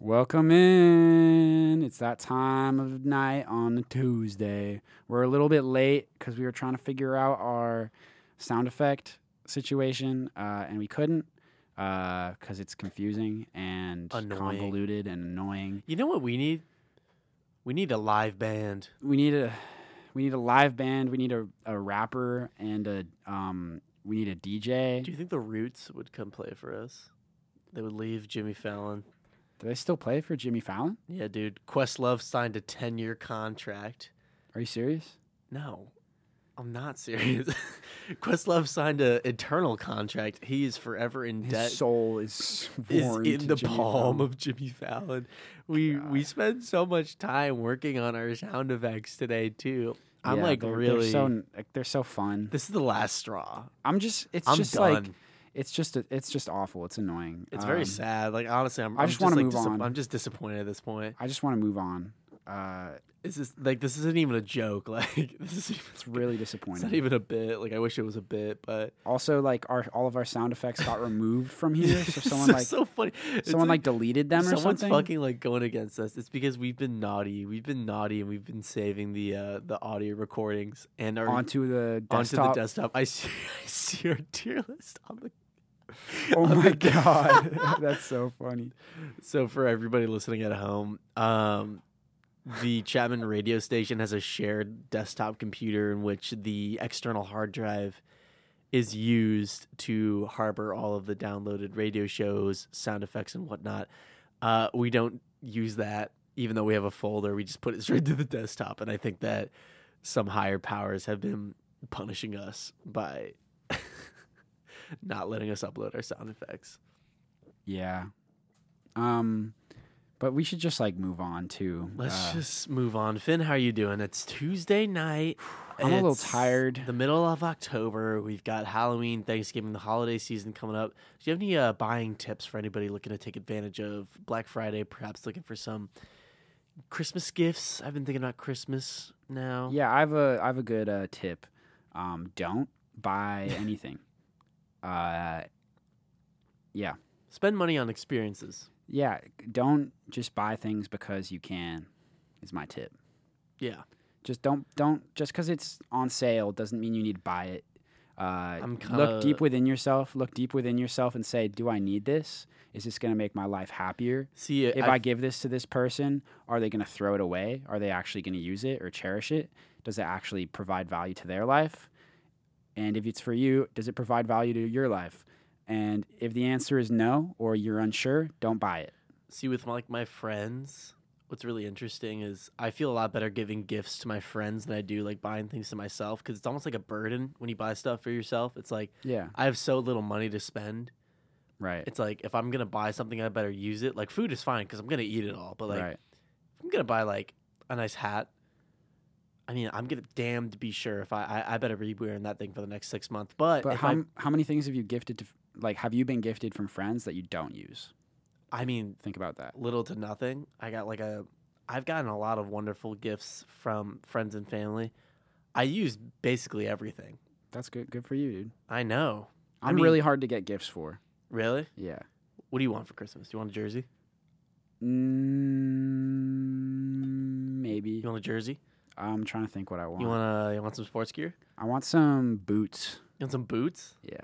Welcome in. It's that time of night on a Tuesday. We're a little bit late because we were trying to figure out our sound effect situation, uh, and we couldn't because it's confusing and Annoying. convoluted and annoying. You know what we need? We need a live band. We need a we need a live band. We need a, a rapper and a um. We need a DJ. Do you think the Roots would come play for us? They would leave Jimmy Fallon. Do they still play for Jimmy Fallon? Yeah, dude. Questlove signed a ten-year contract. Are you serious? No, I'm not serious. Questlove signed an eternal contract. He is forever in His debt. soul is is sworn to in the Jimmy palm Fallon. of Jimmy Fallon. We we God. spend so much time working on our sound effects today too. I'm Yeah, like they're, really. they're so n- like they're so fun. this is the last straw. I'm just it's I'm just done. like it's just a, it's just awful. It's annoying. It's very Um, sad. Like honestly, I'm, I I'm just just, wanna like, move disap- on. I'm just disappointed at this point. I just want to move on. Uh, This is like this isn't even a joke. Like this is even, it's really it's disappointing. not even a bit. Like I wish it was a bit, but also, like our all of our sound effects got removed from here, so It's someone so- like so funny. It's someone like deleted them or someone's something. fucking like going against us. It's because we've been naughty. We've been naughty, and we've been saving the uh the audio recordings and our onto the onto desktop. the desktop. I see, I see our tier list on the. Oh on my the- god, that's so funny. So for everybody listening at home, um, the Chapman radio station has a shared desktop computer in which the external hard drive is used to harbor all of the downloaded radio shows, sound effects, and whatnot. Uh, we don't use that, even though we have a folder. We just put it straight to the desktop, and I think that some higher powers have been punishing us by not letting us upload our sound effects. Yeah. Um, but we should just like move on to. Let's uh, just move on. Finn, how are you doing? It's Tuesday night. I'm a little It's tired. The middle of October. We've got Halloween, Thanksgiving, the holiday season coming up. Do you have any uh, buying tips for anybody looking to take advantage of Black Friday? Perhaps looking for some Christmas gifts. I've been thinking about Christmas now. Yeah, I have a I have a good uh, tip. Um, don't buy anything. uh, yeah, Spend money on experiences. yeah. Don't just buy things because you can. Is my tip. Yeah. Just don't don't just because it's on sale doesn't mean you need to buy it. Uh, I'm look deep kinda- within yourself. Look deep within yourself and say, do I need this? Is this going to make my life happier? See, If I I give this to this person, are they going to throw it away? Are they actually going to use it or cherish it? Does it actually provide value to their life? And if it's for you, does it provide value to your life? And if the answer is no, or you're unsure, don't buy it. see with my, like my friends what's really interesting is i feel a lot better giving gifts to my friends than i do like buying things to myself because it's almost like a burden when you buy stuff for yourself it's like Yeah. i have so little money to spend Right. it's like if i'm gonna buy something i better use it like food is fine because i'm gonna eat it all but like uh, right. if i'm gonna buy like a nice hat i mean i'm gonna damn to be sure if i i, I better be wearing that thing for the next six months but, But if how, I, m- how many things have you gifted to, f- like, have you been gifted from friends that you don't use? I mean Think about that. little to nothing. I got like a I've gotten a lot of wonderful gifts from friends and family. I use basically everything. That's good. Good for you, dude. I know. I I'm mean- really hard to get gifts for. Really? Yeah. What do you want for Christmas? Do you want a jersey? Mm, maybe. You want a jersey? I'm trying to think what I want. You want a you want some sports gear? I want some boots. You want some boots? Yeah.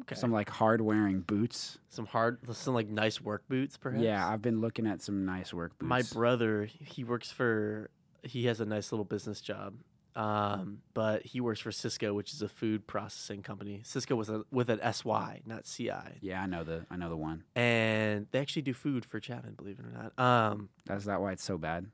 Okay. Some Some like hard wearing boots. some hard some like nice work boots perhaps? Yeah, I've been looking at some nice work boots. My brother, he works for he has a nice little business job. Um, but he works for Cisco, which is a food processing company. Cisco was a, with an SY, not CI. yeah, I know the I know the one. and they actually do food for Chapman, believe it or not. Um, That's that why it's so bad.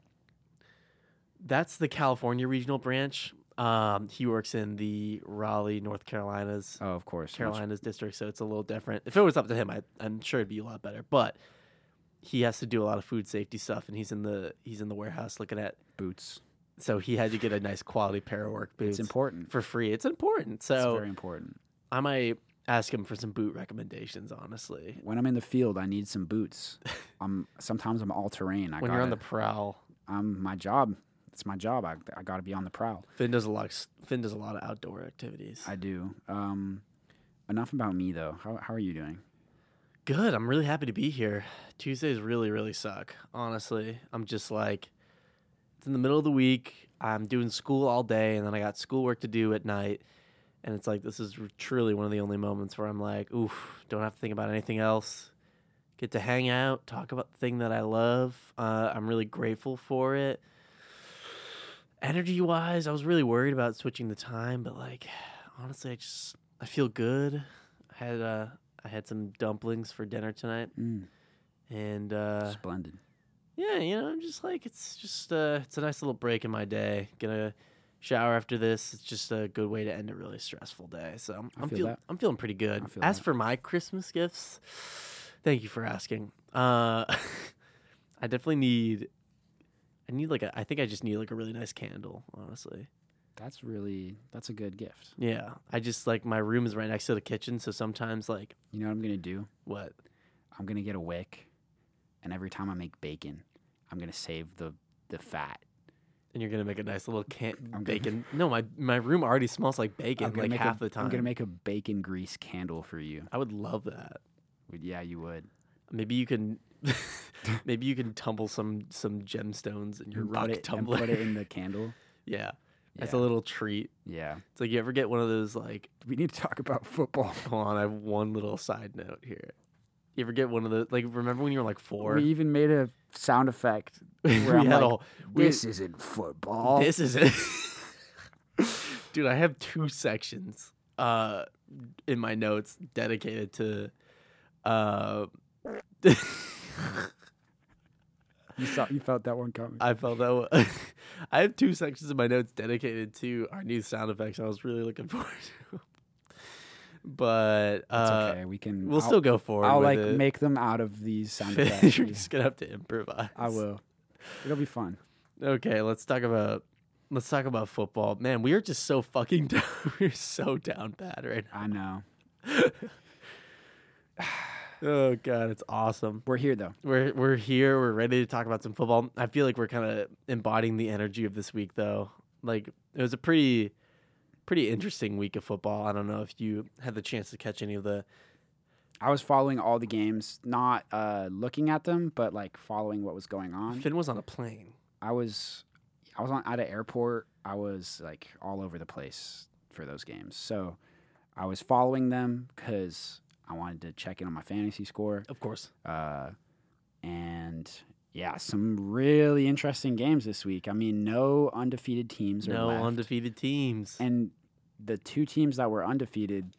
that's the California regional branch. Um, he works in the Raleigh, North Carolina's Oh, of course. much- Carolina's district, so it's a little different. If it was up to him, I, I'm sure it'd be a lot better. But he has to do a lot of food safety stuff, and he's in the he's in the warehouse looking at. boots. So he had to get a nice quality pair of work boots It's important. for free. It's important. it's So very important. I might ask him for some boot recommendations. Honestly, When I'm in the field, I need some boots. I'm sometimes I'm all terrain. I when gotta, you're on the prowl, I'm my job. It's my job. I I got to be on the prowl. Finn does a lot. of s- Finn does a lot of outdoor activities. I do. Um, enough about me though. How how are you doing? Good. I'm really happy to be here. Tuesdays really, really suck. Honestly, I'm just like, it's in the middle of the week. I'm doing school all day, and then I got schoolwork to do at night. And it's like, this is r- truly one of the only moments where I'm like, oof, don't have to think about anything else. Get to hang out, talk about the thing that I love. Uh, I'm really grateful for it. Energy wise, I was really worried about switching the time, but like, honestly, I just, I feel good. I had, uh, I had some dumplings for dinner tonight, Mm, and uh, splendid. yeah, you know, I'm just like it's just uh, it's a nice little break in my day. Gonna shower after this. It's just a good way to end a really stressful day. So I'm, I I'm feel feel- that. I'm feeling pretty good. I feel As that. for my Christmas gifts, thank you for asking. Uh, I definitely need. I need like a. I think I just need like a really nice candle. Honestly, That's really that's a good gift. yeah. I just like my room is right next to the kitchen, so sometimes like You know what I'm gonna do? what? I'm gonna get a wick, and every time I make bacon, I'm gonna save the the fat. And you're gonna make a nice little can- gonna- bacon. No, my my room already smells like I'm bacon gonna like make a- half the time. I'm gonna make a bacon grease candle for you. I would love that. Would- Yeah, you would. Maybe you can, maybe you can tumble some some gemstones in your And rock put it, and tumbler. put it in the candle. yeah, that's a Yeah. little treat. Yeah. It's like you ever get one of those like. We need to talk about football. Hold on, I have one little side note here. You ever get one of the like? Remember when you were like four? We even made a sound effect We where I'm had like, all- we- this isn't football. This is it. Dude, I have two sections uh in my notes dedicated to uh You, saw, you felt that one coming. I felt that one. I have two sections in my notes dedicated to our new sound effects. I was really looking forward to. But It's uh okay. We can. we'll I'll, still go forward. I'll with like it. make them out of these sound effects. You're just gonna have to improvise. I will. It'll be fun. Okay, let's talk about let's talk about football. Man, we are just so fucking down. We're so down bad right I know. now. Oh god, it's awesome. We're here though. We're we're here. We're ready to talk about some football. I feel like we're kind of embodying the energy of this week though. Like it was a pretty pretty interesting week of football. I don't know if you had the chance to catch any of the I was following all the games, not uh, looking at them, but like following what was going on. Finn was on a plane. I was, I was on at an airport. I was like all over the place for those games. So I was following them because I wanted to check in on my fantasy score. Of course. Uh, and yeah, some really interesting games this week. I mean, no undefeated teams are No left. undefeated teams. and the two teams that were undefeated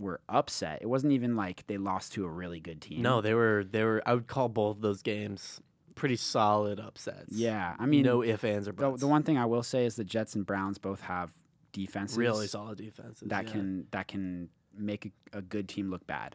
were upset. It wasn't even like they lost to a really good team. no, they were they were I would call both of those games pretty solid upsets. Yeah, I mean, no ifs, ands, or the, buts. the one thing I will say is the Jets and Browns both have defenses really solid defenses that yeah. can that can make a, a good team look bad,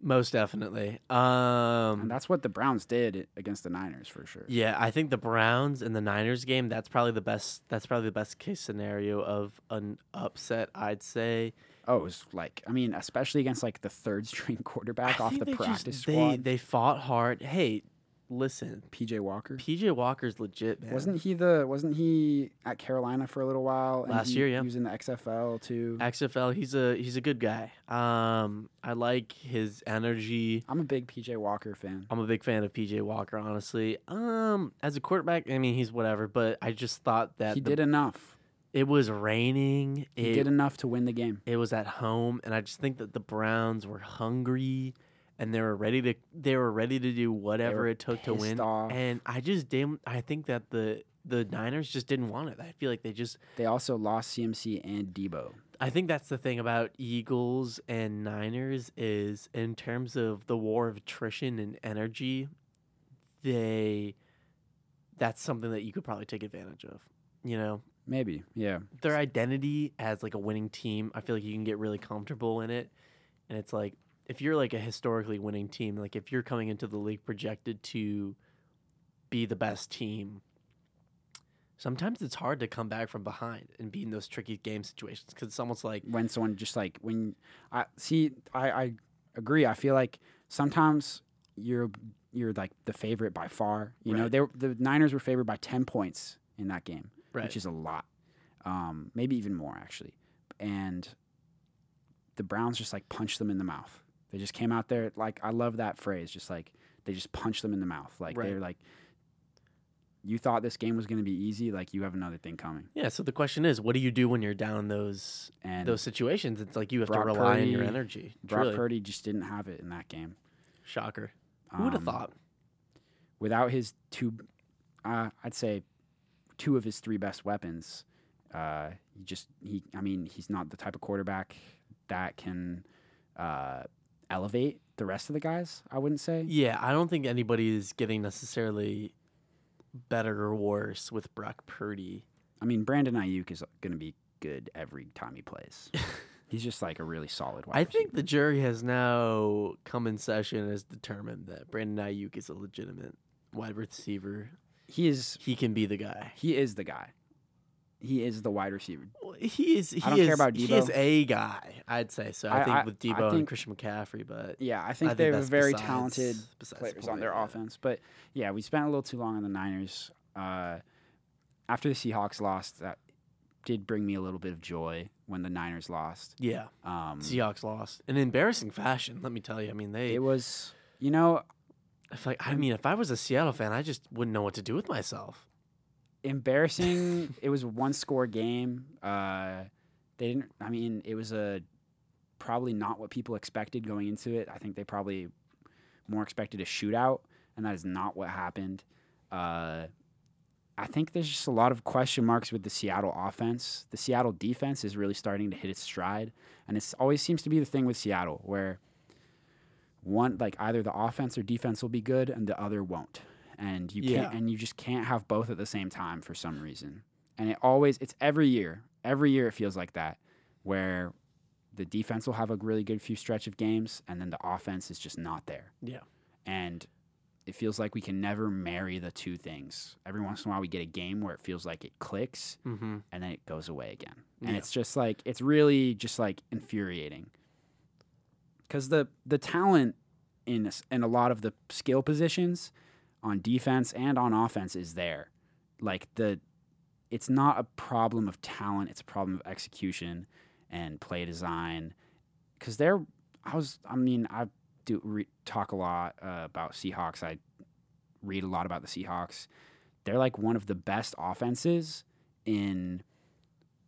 most definitely. and Um, that's what the Browns did against the Niners for sure. yeah, I think the Browns and the Niners game. That's probably the best. That's probably the best case scenario of an upset. I'd say. Oh, it was like I mean, especially against like the third string quarterback I off think the they practice just, They squad, they fought hard. Hey, listen, PJ Walker. PJ Walker's legit, man. Wasn't he the? Wasn't he at Carolina for a little while? Last he, year, yeah. He was in the XFL too. XFL? He's a he's a good guy. Um, I like his energy. I'm a big PJ Walker fan. I'm a big fan of PJ Walker, honestly. Um, as a quarterback, I mean, he's whatever, but I just thought that He the- did enough. it was raining. He it did enough to win the game. it was at home and i just think that the browns were hungry and they were ready to they were ready to do whatever were it took to pissed win off. and i just damn i think that the the niners just didn't want it i feel like they just They also lost CMC and Debo. i think that's the thing about eagles and niners is in terms of the war of attrition and energy they that's something that you could probably take advantage of you know Maybe, yeah. their identity as like a winning team, I feel like you can get really comfortable in it. And it's like if you're like a historically winning team, like if you're coming into the league projected to be the best team, sometimes it's hard to come back from behind and be in those tricky game situations because it's almost like When someone just like when I see, I, I agree. I feel like sometimes you're you're like the favorite by far. You know, Right. they were- the Niners were favored by ten points in that game. right, which is a lot, um, maybe even more actually. And the Browns just like punched them in the mouth. They just came out there like I love that phrase. Just like they just punched them in the mouth. Like Right. they're like, you thought this game was going to be easy. Like you have another thing coming. Yeah. So the question is, what do you do when you're down those And those situations? It's like you have Brock to rely on your Purdy- energy. It's Brock really Purdy just didn't have it in that game. shocker. Who would have Um, thought? Without his two, uh, I'd say, two of his three best weapons, uh, he just he. I mean, he's not the type of quarterback that can uh, elevate the rest of the guys. I wouldn't say. Yeah, I don't think anybody is getting necessarily better or worse with Brock Purdy. I mean, Brandon Ayuk is going to be good every time he plays. He's just like a really solid wide I receiver. think the jury has now come in session and has determined that Brandon Ayuk is a legitimate wide receiver. he is He can be the guy. he is the guy. He is the wide receiver. Well, He is. He don't care is- about He is Debo. a guy. I'd say so. I, I- think I- with I Debo and think- Christian McCaffrey, but Yeah, I think I think they have a that's very besides- talented besides the players on point, their yeah. offense. But yeah, we spent a little too long on the Niners. Uh, after the Seahawks lost, that did bring me a little bit of joy when the Niners lost. Yeah, Um, Seahawks lost in embarrassing fashion. Let me tell you. I mean, they. it was, you know, I feel like, I mean, if I was a Seattle fan, I just wouldn't know what to do with myself. embarrassing. it was a one score game. Uh, they didn't. I mean, it was a probably not what people expected going into it. I think they probably more expected a shootout, and that is not what happened. Uh, I think there's just a lot of question marks with the Seattle offense. The Seattle defense is really starting to hit its stride, and it always seems to be the thing with Seattle where one like either the offense or defense will be good and the other won't. And you can't Yeah. and you just can't have both at the same time for some reason. And it always it's every year. Every year it feels like that where the defense will have a really good few stretch of games and then the offense is just not there. Yeah. And it feels like we can never marry the two things. Every once in a while we get a game where it feels like it clicks Mm-hmm. and then it goes away again. And Yeah. it's just like it's really just like infuriating. Cuz the the talent in s- in a lot of the skill positions on defense and on offense is there. Like the it's not a problem of talent, it's a problem of execution and play design cuz there I was I mean I do re- talk a lot uh, about Seahawks. I read a lot about the Seahawks. They're like one of the best offenses in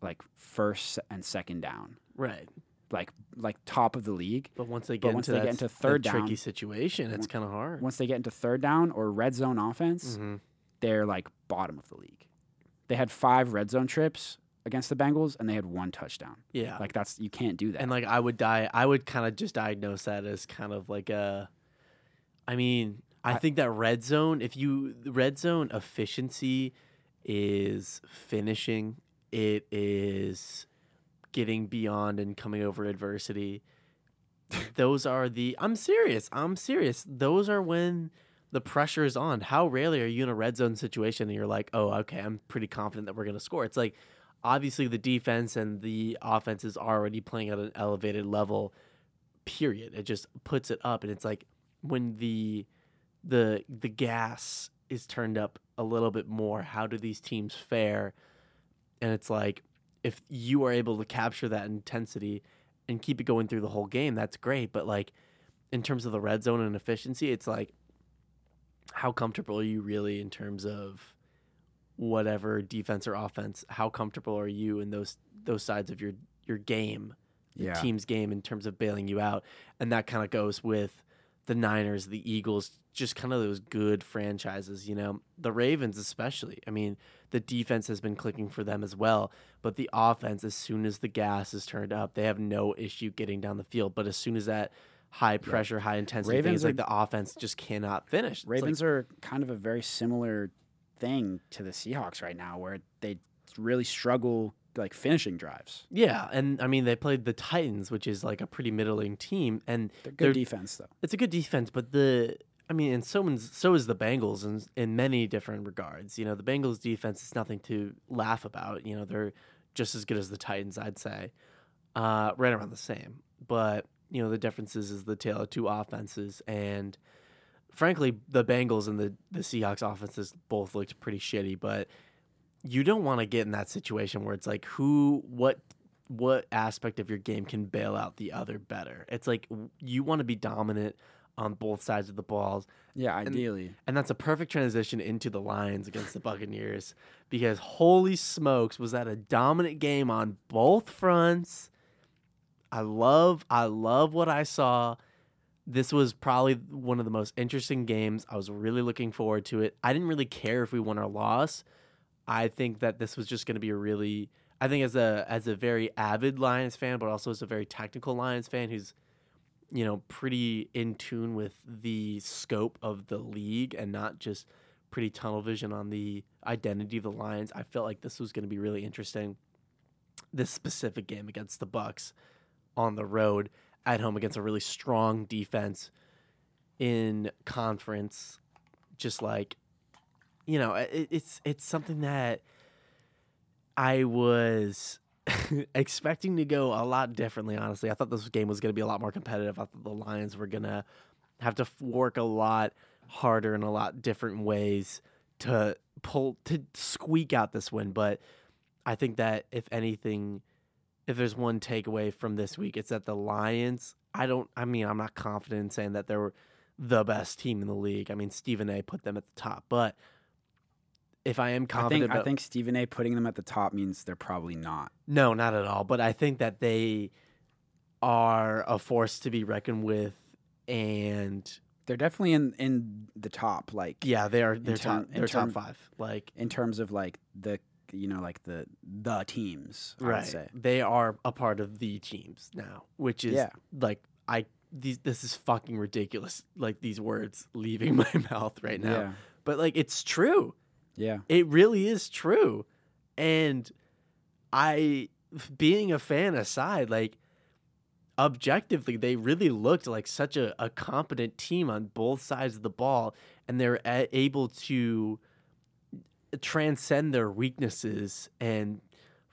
like first and second down, Right. like like top of the league. But once they But get once into they that get s- into that third down- tricky situation, it's kind of hard. Once they get into third down or red zone offense, Mhm. they're like bottom of the league. They had five red zone trips against the Bengals and they had one touchdown. Yeah. Like that's you can't do that. and like I would die. I would kind of just diagnose that as kind of like a. I mean, I, I- think that red zone. If you the red zone efficiency is finishing. It is getting beyond and coming over adversity. Those are the. I'm serious. I'm serious. Those are when the pressure is on. How rarely are you in a red zone situation and you're like, oh, okay, I'm pretty confident that we're going to score? It's like, obviously, the defense and the offense is already playing at an elevated level, period. It just puts it up. And it's like when the the the gas is turned up a little bit more, how do these teams fare? And it's like if you are able to capture that intensity and keep it going through the whole game, that's great. But like in terms of the red zone and efficiency, it's like how comfortable are you really in terms of whatever defense or offense? How comfortable are you in those those sides of your your game, the Yeah. team's game in terms of bailing you out? And that kind of goes with the Niners, the Eagles, just kind of those good franchises, you know. The Ravens especially. I mean, the defense has been clicking for them as well, but the offense as soon as the gas is turned up, they have no issue getting down the field, but as soon as that high pressure, high intensity Ravens things like are- the offense just cannot finish. It's like- Ravens are kind of a very similar thing to the Seahawks right now where they really struggle like finishing drives. Yeah, and I mean they played the Titans, which is like a pretty middling team, and They're good They're- defense though. it's a good defense. But the I mean, and so is- so is the Bengals in in many different regards. You know, the Bengals defense is nothing to laugh about. You know, they're just as good as the Titans, I'd say, uh, right around the same. But you know, the differences is the tale of two offenses, and frankly, the Bengals and the the Seahawks offenses both looked pretty shitty, but. You don't want to get in that situation where it's like who, what, what aspect of your game can bail out the other better. It's like w- you want to be dominant on both sides of the balls, Yeah, ideally. and that's a perfect transition into the Lions against the Buccaneers because holy smokes, was that a dominant game on both fronts? I love I love what I saw. This was probably one of the most interesting games. I was really looking forward to it. I didn't really care if we won or lost. I think that this was just going to be a really I think as a as a very avid Lions fan, but also as a very technical Lions fan who's you know, pretty in tune with the scope of the league and not just pretty tunnel vision on the identity of the Lions. I felt like this was going to be really interesting. This specific game against the Bucks on the road at home against a really strong defense in conference just like you know, it, it's it's something that I was expecting to go a lot differently, honestly. I thought this game was going to be a lot more competitive. I thought the Lions were going to have to f- work a lot harder in a lot different ways to pull to squeak out this win, but I think that if anything if there's one takeaway from this week, it's that the Lions, I don't I mean, I'm not confident in saying that they were the best team in the league. I mean, Stephen A put them at the top, but if I am I confident think about, I think Stephen A putting them at the top means they're probably not. no, not at all. But I think that they are a force to be reckoned with, and They're definitely in in the top like yeah, they are. They're term- top. in They're top term- five. Like in terms of like the you know like the the teams, I would right, say. they are a part of the teams now, which is Yeah. like I these this is fucking ridiculous. Like these words leaving my mouth right now, Yeah. but like it's true. Yeah. It really is true. And I, being a fan aside, like, objectively, they really looked like such a, a competent team on both sides of the ball. And they're a- able to transcend their weaknesses and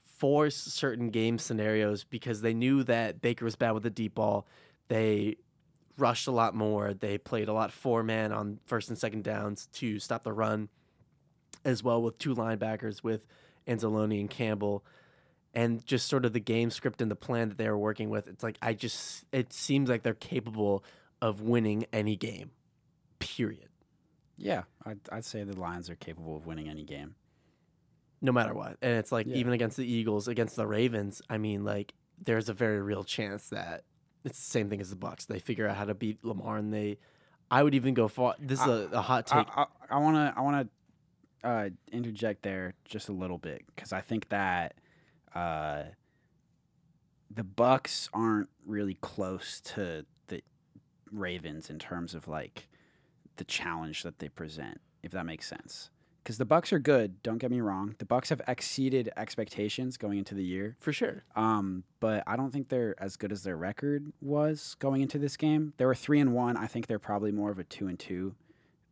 force certain game scenarios because they knew that Baker was bad with the deep ball. They rushed a lot more. They played a lot four man on first and second downs to stop the run as well with two linebackers with Anzalone and Campbell, and just sort of the game script and the plan that they were working with. It's like I just it seems like they're capable of winning any game. Period. Yeah. I'd, I'd say the Lions are capable of winning any game. No matter what. And it's like Yeah. even against the Eagles, against the Ravens, I mean, like, there's a very real chance that it's the same thing as the Bucks. They figure out how to beat Lamar and they I would even go far this is a, a hot I- take. I, I want to I want to uh, interject there just a little bit because I think that uh, the Bucks aren't really close to the Ravens in terms of like the challenge that they present, if that makes sense. Because the Bucks are good. Don't get me wrong. The Bucks have exceeded expectations going into the year. for sure. Um, but I don't think they're as good as their record was going into this game. They were three and one. I think they're probably more of a two and two.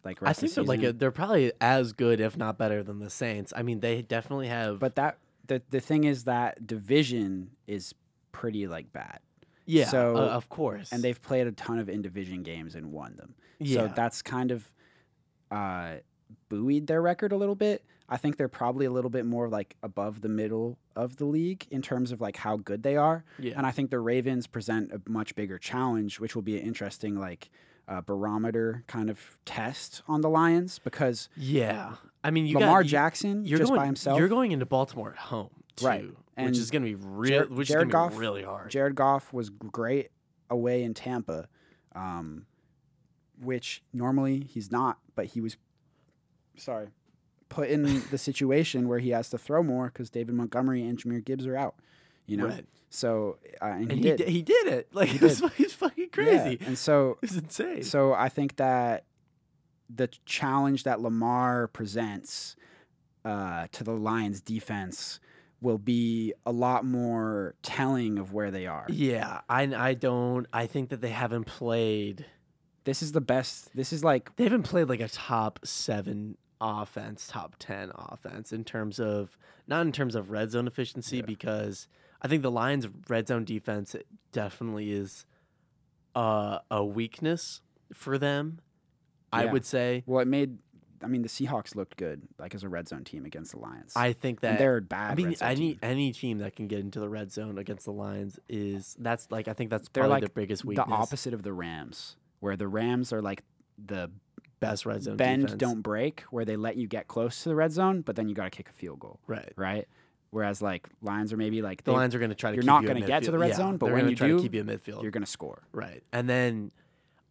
Like I rest think of they're like a, season. they're probably as good, if not better, than the Saints. I mean, they definitely have But that the the thing is that division is pretty like bad, Yeah, So- uh, of course. and they've played a ton of in division games and won them. yeah, So that's kind of uh, buoyed their record a little bit. I think they're probably a little bit more like above the middle of the league in terms of like how good they are. yeah. And I think the Ravens present a much bigger challenge, which will be an interesting like uh, barometer kind of test on the Lions because yeah. I mean, you Lamar got, you- Jackson you're just going, by himself. You're going into Baltimore at home, too, Right. And which is going to be real. Jared- which Jared is going to Goff- be really hard. Jared Goff was great away in Tampa, um, which normally he's not, but he was sorry put in the situation where he has to throw more because David Montgomery and Jameer Gibbs are out. You know, Right. so uh, and, and he, he did. did. he did it. Like He it was did. fucking, it's fucking Yeah, crazy. And so It's insane. So I think that the challenge that Lamar presents uh, to the Lions defense will be a lot more telling of where they are. yeah, I I don't. I think that they haven't played. This is the best. This is like They haven't played like a top seven offense, top ten offense in terms of not in terms of red zone efficiency Yeah. because I think the Lions' red zone defense definitely is uh, a weakness for them. I Yeah. would say well, it made I mean, the Seahawks looked good, like as a red zone team against the Lions. I think And that they're a bad. I mean red zone any team. any team that can get into the red zone against the Lions is that's like I think that's They're probably like their biggest weakness. the opposite of the Rams, where the Rams are like the best red zone bend defense. don't break, where they let you get close to the red zone, but then you got to kick a field goal, right. right? Whereas like Lions are maybe like The they, Lions are going to try to you're keep not you in gonna get to the midfield. red Yeah, zone, but they're when gonna you try do, to keep you in midfield. you're gonna score. Right. And then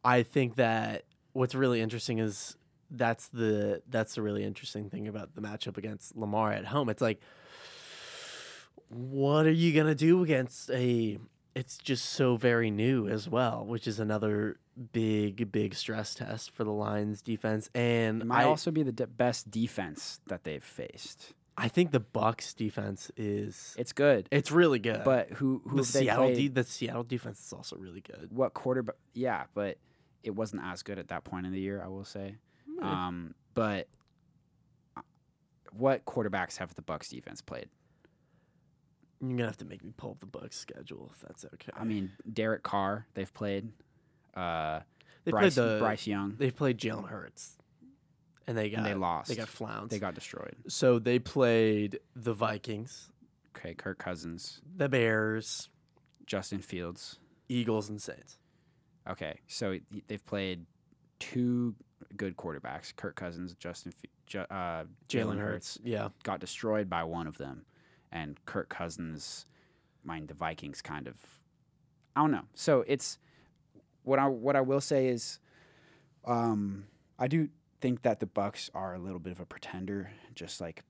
I think that what's really interesting is that's the that's the really interesting thing about the matchup against Lamar at home. It's like what are you going to do against a it's just so very new as well, which is another big big stress test for the Lions defense and It might I also be the de- best defense that they've faced. I think the Bucks defense is It's good, it's really good. but who who the have they Seattle played? de- the Seattle defense is also really good. what quarterback? Yeah, but it wasn't as good at that point in the year. I will say. Hmm. Um, but uh, what quarterbacks have the Bucks defense played? You're gonna have to make me pull up the Bucks schedule if that's okay. I mean, Derek Carr they've played. Uh, they Bryce played the Bryce Young they played Jalen Hurts, and they got and they lost. they got flounced. They got destroyed. so they played the Vikings, Okay, Kirk Cousins, the Bears, Justin Fields. Eagles, and Saints. Okay, so y- they've played two good quarterbacks. Kirk Cousins, Justin, F- Ju- uh, Jalen Hurts yeah, got destroyed by one of them, and Kirk Cousins, mind the Vikings, kind of. I don't know. So it's what I what I will say is, um, I do think that the Bucks are a little bit of a pretender, just like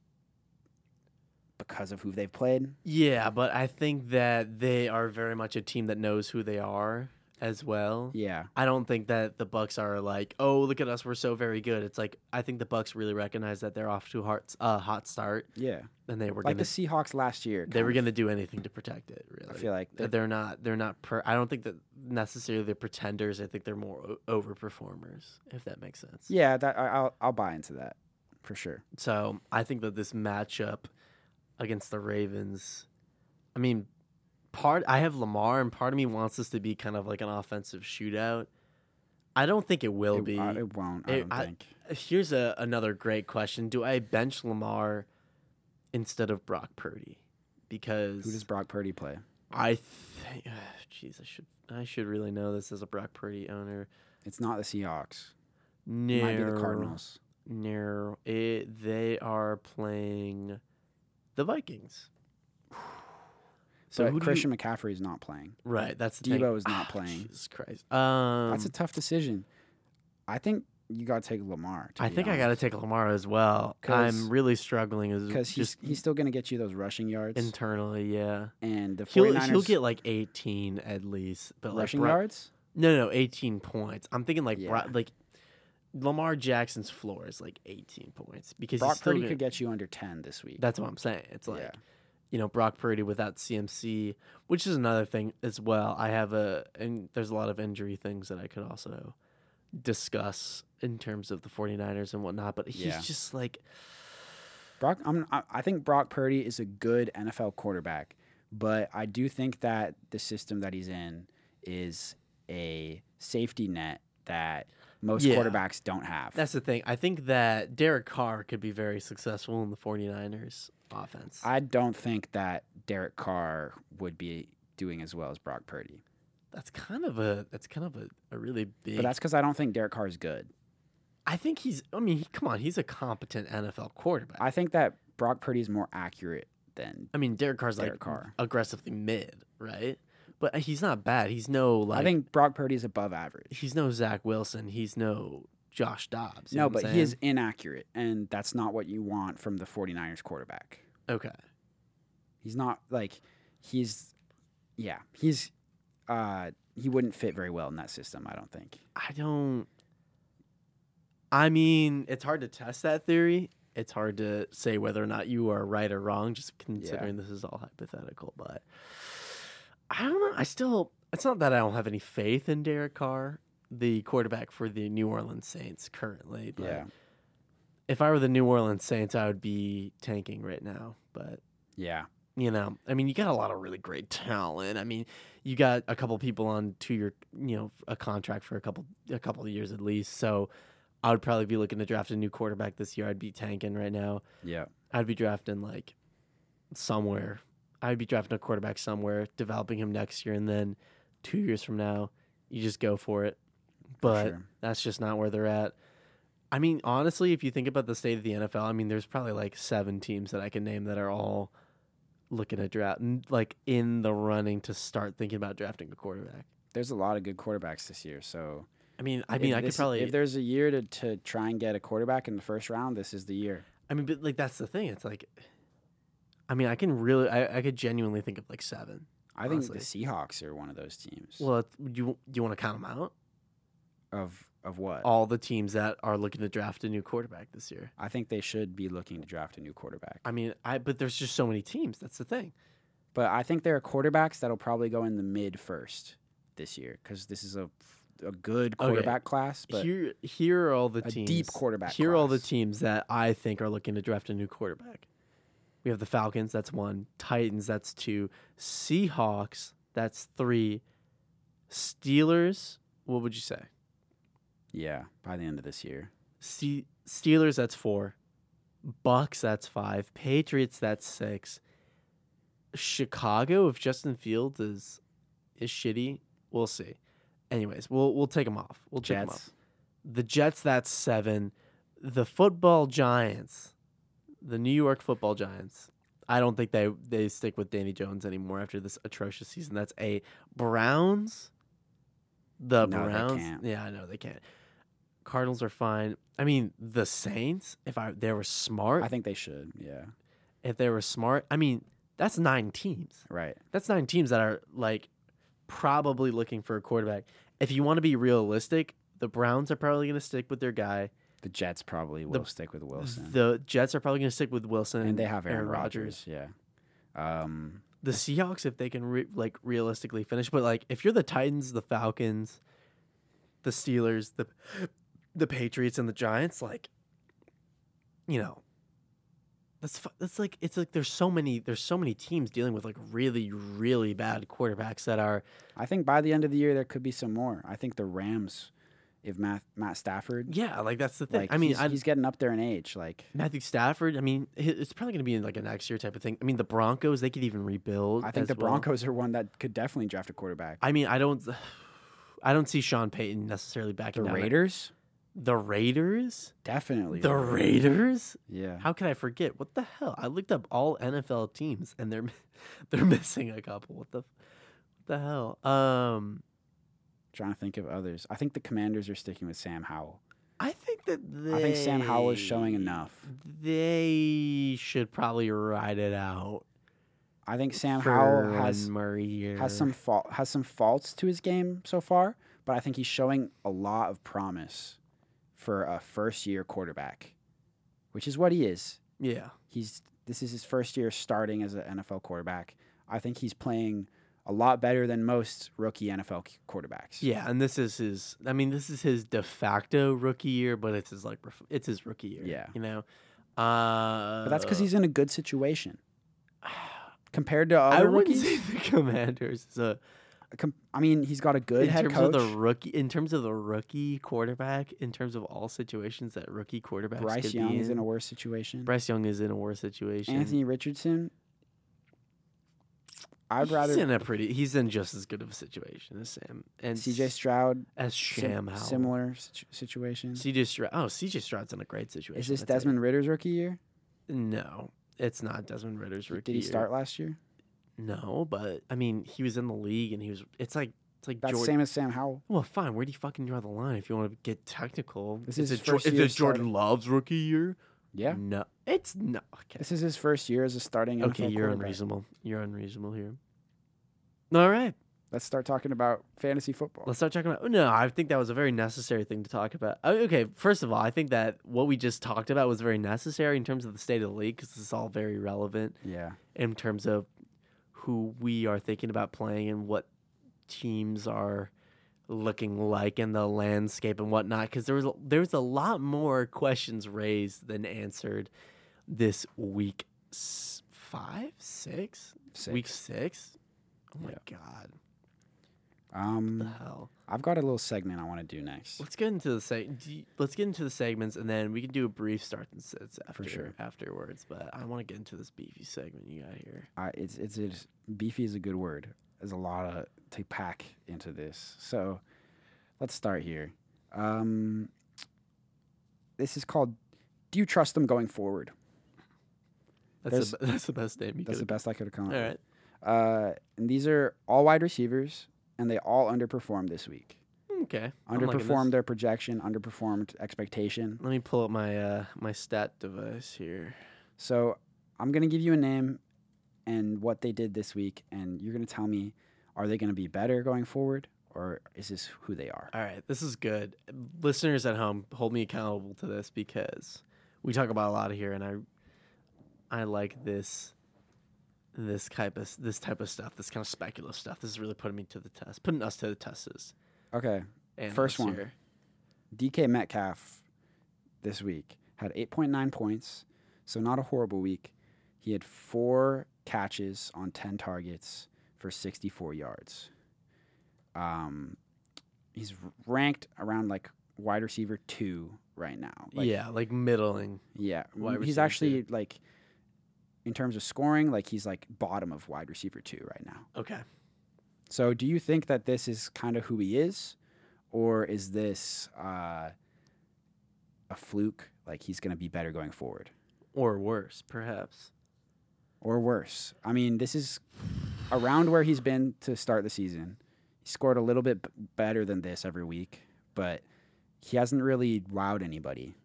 because of who they've played. yeah, but I think that they are very much a team that knows who they are as well. Yeah, I don't think that the Bucks are like, oh, look at us, we're so very good. It's like I think the Bucks really recognize that they're off to a hot, uh, hot start, yeah. and they were like the gonna Seahawks last year, they were kind gonna do anything to protect it. Really, of. I feel like they're, they're, they're not they're not per, i don't think that necessarily they're pretenders i think they're more o- overperformers if that makes sense yeah. That I, I'll I'll buy into that for sure. so i think that this matchup against the ravens i mean part i have lamar and part of me wants this to be kind of like an offensive shootout i don't think it will It, be I, it won't. I it- don't I- think. here's a, another great question do i bench lamar instead of brock purdy because Who does Brock Purdy play? I think, jeez, I should, I should really know this as a Brock Purdy owner. It's not the Seahawks. No, Might be the Cardinals. No, it, they are playing the Vikings. So So who do Christian McCaffrey is not playing. you, right, that's the thing. Debo is not Ah, playing. Jesus Christ, um, That's a tough decision. I think you got to take Lamar. To I think I got to take Lamar as well. 'Cause- I'm really struggling as because he's just he's still going to get you those rushing yards internally. Yeah, and the he'll 49ers he'll get like 18 at least, but like rushing Brock- yards. No, no, eighteen points. I'm thinking like Bro- Yeah. like Lamar Jackson's floor is like eighteen points because he's Brock still Purdy gonna- could get you under ten this week. That's what I'm saying. It's Yeah. like you know Brock Purdy without CMC, which is another thing as well. I have a and there's a lot of injury things that I could also discuss in terms of the 49ers and whatnot. But he's Yeah. just like Brock, I'm, I I think Brock Purdy is a good NFL quarterback, but I do think that the system that he's in is a safety net that most Yeah. quarterbacks don't have. that's the thing. I think that Derek Carr could be very successful in the 49ers offense. I don't think that Derek Carr would be doing as well as Brock Purdy. that's kind of a that's kind of a, a really big But that's because I don't think Derek Carr is good. I think he's. I mean, he, come on, he's a competent NFL quarterback. I, I think that Brock Purdy is more accurate than mean, Derek Carr's like Derek Carr. aggressively mid, right? But he's not bad. He's no like. I think Brock Purdy is above average. he's no Zach Wilson. He's no Josh Dobbs. you know No, what I'm but he is saying? inaccurate, and that's not what you want from the 49ers quarterback. okay. He's not like he's yeah, he's uh he wouldn't fit very well in that system, I don't think. I don't. I mean, it's hard to test that theory. It's hard to say whether or not you are right or wrong, just considering this is all hypothetical. But I don't know. I still, it's not that I don't have any faith in Derek Carr, the quarterback for the New Orleans Saints currently. But Yeah. if I were the New Orleans Saints, I would be tanking right now. But Yeah. you know, I mean, you got a lot of really great talent. I mean, you got a couple people on two year, you know, a contract for a couple a couple of years at least. So I would probably be looking to draft a new quarterback this year. I'd be tanking right now. Yeah. I'd be drafting like somewhere. I'd be drafting a quarterback somewhere, developing him next year, and then two years from now, you just go for it. But sure. that's just not where they're at. I mean, honestly, if you think about the state of the NFL, I mean, there's probably like seven teams that I can name that are all looking at draft, n- like in the running to start thinking about drafting a quarterback. There's a lot of good quarterbacks this year, so I mean, I if mean, I could this- probably. if there's a year to, to try and get a quarterback in the first round, this is the year. I mean, but like that's the thing. It's like, I mean, I can really, I, I could genuinely think of like seven. I think Honestly. the Seahawks are one of those teams. Well, it's- do you, do you want to count them out? of of what? All the teams that are looking to draft a new quarterback this year. I think they should be looking to draft a new quarterback. I mean, I but there's just so many teams. That's the thing. But I think there are quarterbacks that'll probably go in the mid first this year because this is a a good Okay. quarterback class. But here, here are all the a teams. deep quarterback Here are all the class. teams that I think are looking to draft a new quarterback. We have the Falcons. That's one. Titans. That's two. Seahawks. That's three. Steelers. What would you say? yeah, by the end of this year, Ste Steelers, that's four. Bucks, that's five. Patriots, that's six. Chicago, if Justin Fields is is shitty, we'll see. Anyways, we'll we'll take them off. We'll check them off. Jets. The Jets, that's seven. The Football Giants, the New York Football Giants. I don't think they they stick with Danny Jones anymore after this atrocious season. That's eight. Browns, No, the they Browns. can't. Yeah, I know they can't. Cardinals are fine. I mean, the Saints. If I they were smart, I think they should. Yeah, if they were smart, I mean, that's nine teams. right. That's nine teams that are like probably looking for a quarterback. If you want to be realistic, the Browns are probably going to stick with their guy. The Jets probably will stick with Wilson, The Jets are probably going to stick with Wilson, and they have Aaron, Rodgers. Rodgers. Yeah. Um, The Seahawks, if they can re- like realistically finish, but like if you're the Titans, the Falcons, the Steelers, the the Patriots, and the Giants, like you know, that's fu- that's like it's like there's so many there's so many teams dealing with like really really bad quarterbacks that are I think by the end of the year there could be some more. I think the Rams, if Matt Matt Stafford, yeah like that's the thing. like I mean, he's, I, he's getting up there in age. Like Matthew Stafford. I mean, hi- it's probably going to be like a next year type of thing. I mean, the Broncos they could even rebuild. I think the as well. Broncos are one that could definitely draft a quarterback. I mean, I don't, I don't see Sean Payton necessarily backing The down. Raiders, The Raiders. definitely. The Raiders. Yeah. How can I forget? What the hell? I looked up all NFL teams, and they're they're missing a couple. What the, what the hell? Um, Trying to think of others. I think the Commanders are sticking with Sam Howell. I think that they, I think Sam Howell is showing enough. They should probably ride it out. I think Sam for Howell one has more year. has some fault has some faults to his game so far, but I think he's showing a lot of promise for a first year quarterback, which is what he is. yeah. He's this is his first year starting as an NFL quarterback. I think he's playing a lot better than most rookie NFL c- quarterbacks. Yeah, and this is his. I mean, this is his de facto rookie year, but it's his like ref- it's his rookie year. Yeah. you know. Uh, But that's because he's in a good situation compared to I other wouldn't rookies. say the Commanders is a Com- I mean, he's got a good in head terms coach. of the rookie in terms of the rookie quarterback in terms of all situations that rookie quarterbacks Bryce could Young be is in a worse situation. Bryce Young is in a worse situation. Anthony Richardson. I'd rather he's in a pretty he's in just as good of a situation as Sam and C.J. Stroud. as sim- Sham Howell. similar situ- situation. CJ Stroud. Oh, CJ Stroud's in a great situation. is this I'd say. Desmond Ritter's rookie year? No, it's not Desmond Ritter's rookie. Did he year. start last year? No, but I mean, he was in the league, and he was. It's like it's like That's the Jordan. same as Sam Howell. Well, fine. Where do you fucking draw the line if you want to get technical? This is is it, his Jor- first is year it Jordan starting. Love's rookie year? Yeah. No, it's not. Okay, This is his first year as a starting NFL okay you're quarterback. unreasonable. You're unreasonable here. All right, Let's start talking about fantasy football. let's start talking about. No, I think that was a very necessary thing to talk about. Oh, Okay, first of all, I think that what we just talked about was very necessary in terms of the state of the league because it's all very relevant. yeah. in terms of who we are thinking about playing and what teams are looking like in the landscape and whatnot. Because there was a- there was a lot more questions raised than answered this week s- five six? Six. week six. Oh my Yeah. god, The Um, hell. I've got a little segment I want to do next. Let's get into the seg- do you- Let's get into the segments, and then we can do a brief starts and sits after sure. afterwards. But I want to get into this beefy segment you got here. I, it's, it's it's beefy is a good word. There's a lot of, to pack into this. So let's start here. Um, this is called "Do you trust them going forward?" That's the, be- that's the best name you That's the could. best I could have come up All with. right. Uh, and these are all wide receivers, and they all underperformed this week. Mm, Okay. I'm liking this. Underperformed their projection, underperformed expectation. Let me pull up my uh, my stat device here. So I'm going to give you a name and what they did this week, and you're going to tell me are they going to be better going forward, or is this who they are? All right, this is good. Listeners at home, hold me accountable to this because we talk about a lot here, and I, I like this, this type of this type of stuff, this kind of speculative stuff. This is really putting me to the test, putting us to the test. Is Okay. and First us one. here. DK Metcalf this week had 8.9 points, so not a horrible week. He had four catches on 10 targets for 64 yards. Um, he's ranked around like wide receiver two right now. Like, yeah, like middling. Yeah. Wide he's receiver actually like, in terms of scoring, like he's like bottom of wide receiver two right now. Okay, So, do you think that this is kind of who he is, or is this uh, a fluke? Like he's going to be better going forward, or worse, perhaps. or worse? I mean, this is around where he's been to start the season. He scored a little bit b- better than this every week, but he hasn't really wowed anybody.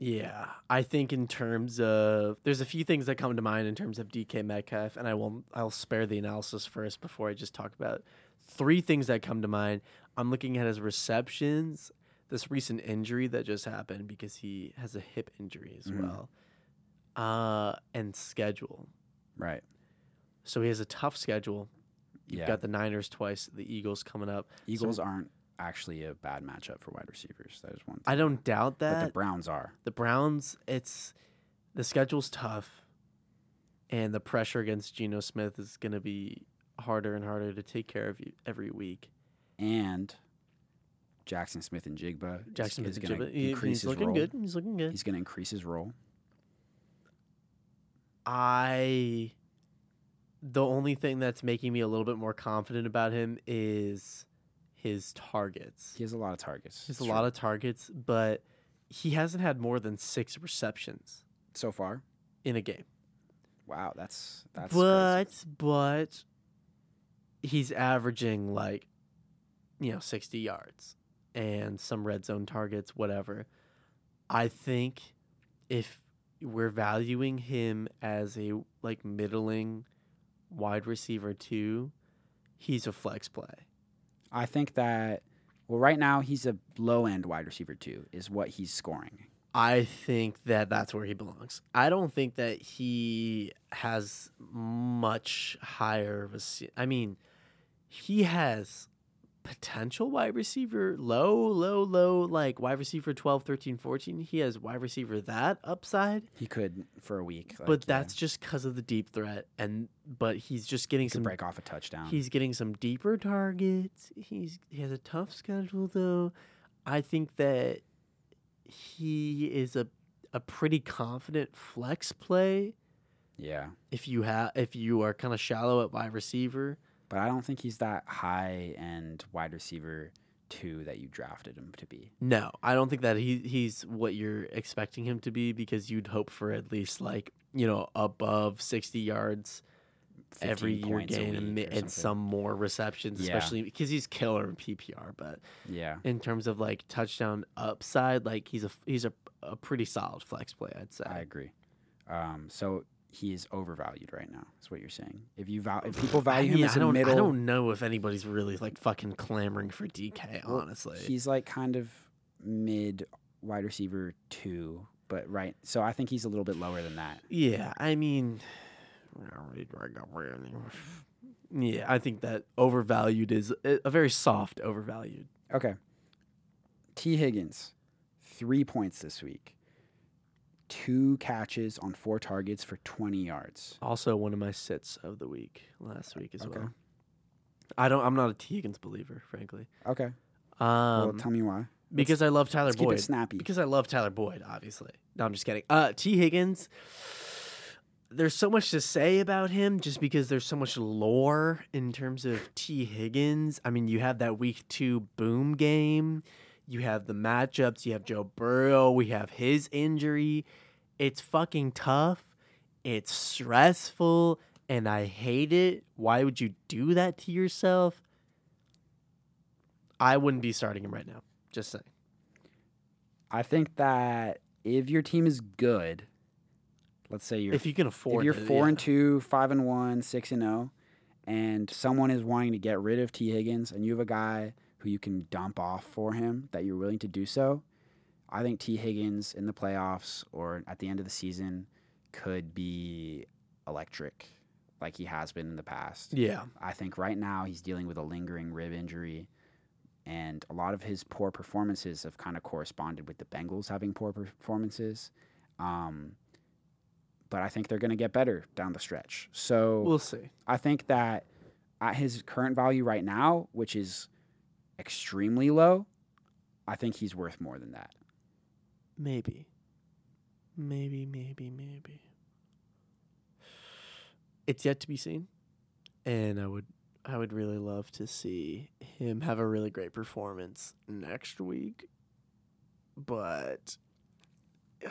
Yeah, I think in terms of there's a few things that come to mind in terms of DK Metcalf, and I will I'll spare the analysis first before I just talk about three things that come to mind. I'm looking at his receptions, this recent injury that just happened because he has a hip injury as Mhm. well, uh, and schedule. Right. So he has a tough schedule. You've yeah. got the Niners twice, the Eagles coming up. Eagles aren't actually a bad matchup for wide receivers. That is one. Thing. I don't doubt But that. the Browns are. the Browns, it's the schedule's tough, and the pressure against Geno Smith is going to be harder and harder to take care of you every week. and Jackson Smith and Jigba is- Jackson is, Smith, going Jigba, to he- increase he's his looking role. good. He's looking good. He's going to increase his role. I the only thing that's making me a little bit more confident about him is his targets. He has a lot of targets. He's a lot of targets, but he hasn't had more than six receptions so far. in a game. Wow, that's that's crazy. but but he's averaging like you know 60 yards and some red zone targets whatever i think if we're valuing him as a like middling wide receiver too he's a flex play I think that well, right now he's a low end wide receiver too, is what he's scoring. I think that that's where he belongs. I don't think that he has much higher of a se- I mean, he has potential wide receiver low, low, low, like wide receiver 12, 13, 14. He has wide receiver that upside, He could for a week, like, uh, but you know, that's just because of the deep threat. And but he's just getting he could some break off a touchdown. He's getting some deeper targets. He's he has a tough schedule though. I think that he is a a pretty confident flex play yeah, if you have if you are kind of shallow at wide receiver. but I don't think he's that high end wide receiver two that you drafted him to be. No, I don't think that he he's what you're expecting him to be because you'd hope for at least like you know above sixty yards 15 every year points a gain and, mi- week or and something. some more receptions, Yeah. especially because he's killer in PPR. But yeah. in terms of like touchdown upside, like he's a he's a, a pretty solid flex play, I'd say. I agree. Um, so he is overvalued right now. Is what you're saying? If you val- if people value I mean, him as I a don't, middle, I don't know if anybody's really like fucking clamoring for DK, Well, honestly. he's like kind of mid wide receiver two, but right. So I think he's a little bit lower than that. yeah, I mean, yeah, I think that overvalued is a a very soft overvalued. Okay. T Higgins, three points this week, two catches on four targets for 20 yards. Also, one of my sits of the week last week as Okay. well. I don't. I'm not a T Higgins believer, frankly. Okay. Um, well, tell me why. because I love Tyler Let's keep Boyd. it snappy. Because I love Tyler Boyd, obviously. No, I'm just kidding. Uh, T. Higgins. There's so much to say about him just because there's so much lore in terms of T. Higgins. I mean, you have that week two boom game, you have the matchups, you have Joe Burrow, we have his injury. It's fucking tough, it's stressful, and I hate it. Why would you do that to yourself? I wouldn't be starting him right now. Just saying. I think that if your team is good, let's say you're if you can afford if you're it, four and yeah. two, five and one, six and zero, and someone is wanting to get rid of T Higgins, and you have a guy who you can dump off for him that you're willing to do so, I think T Higgins in the playoffs or at the end of the season could be electric, like he has been in the past. yeah I think right now he's dealing with a lingering rib injury, and a lot of his poor performances have kind of corresponded with the Bengals having poor performances. Um, but I think they're going to get better down the stretch. So we'll see I think that at his current value right now, which is extremely low, I think he's worth more than that. maybe maybe maybe maybe it's yet to be seen and i would i would really love to see him have a really great performance next week but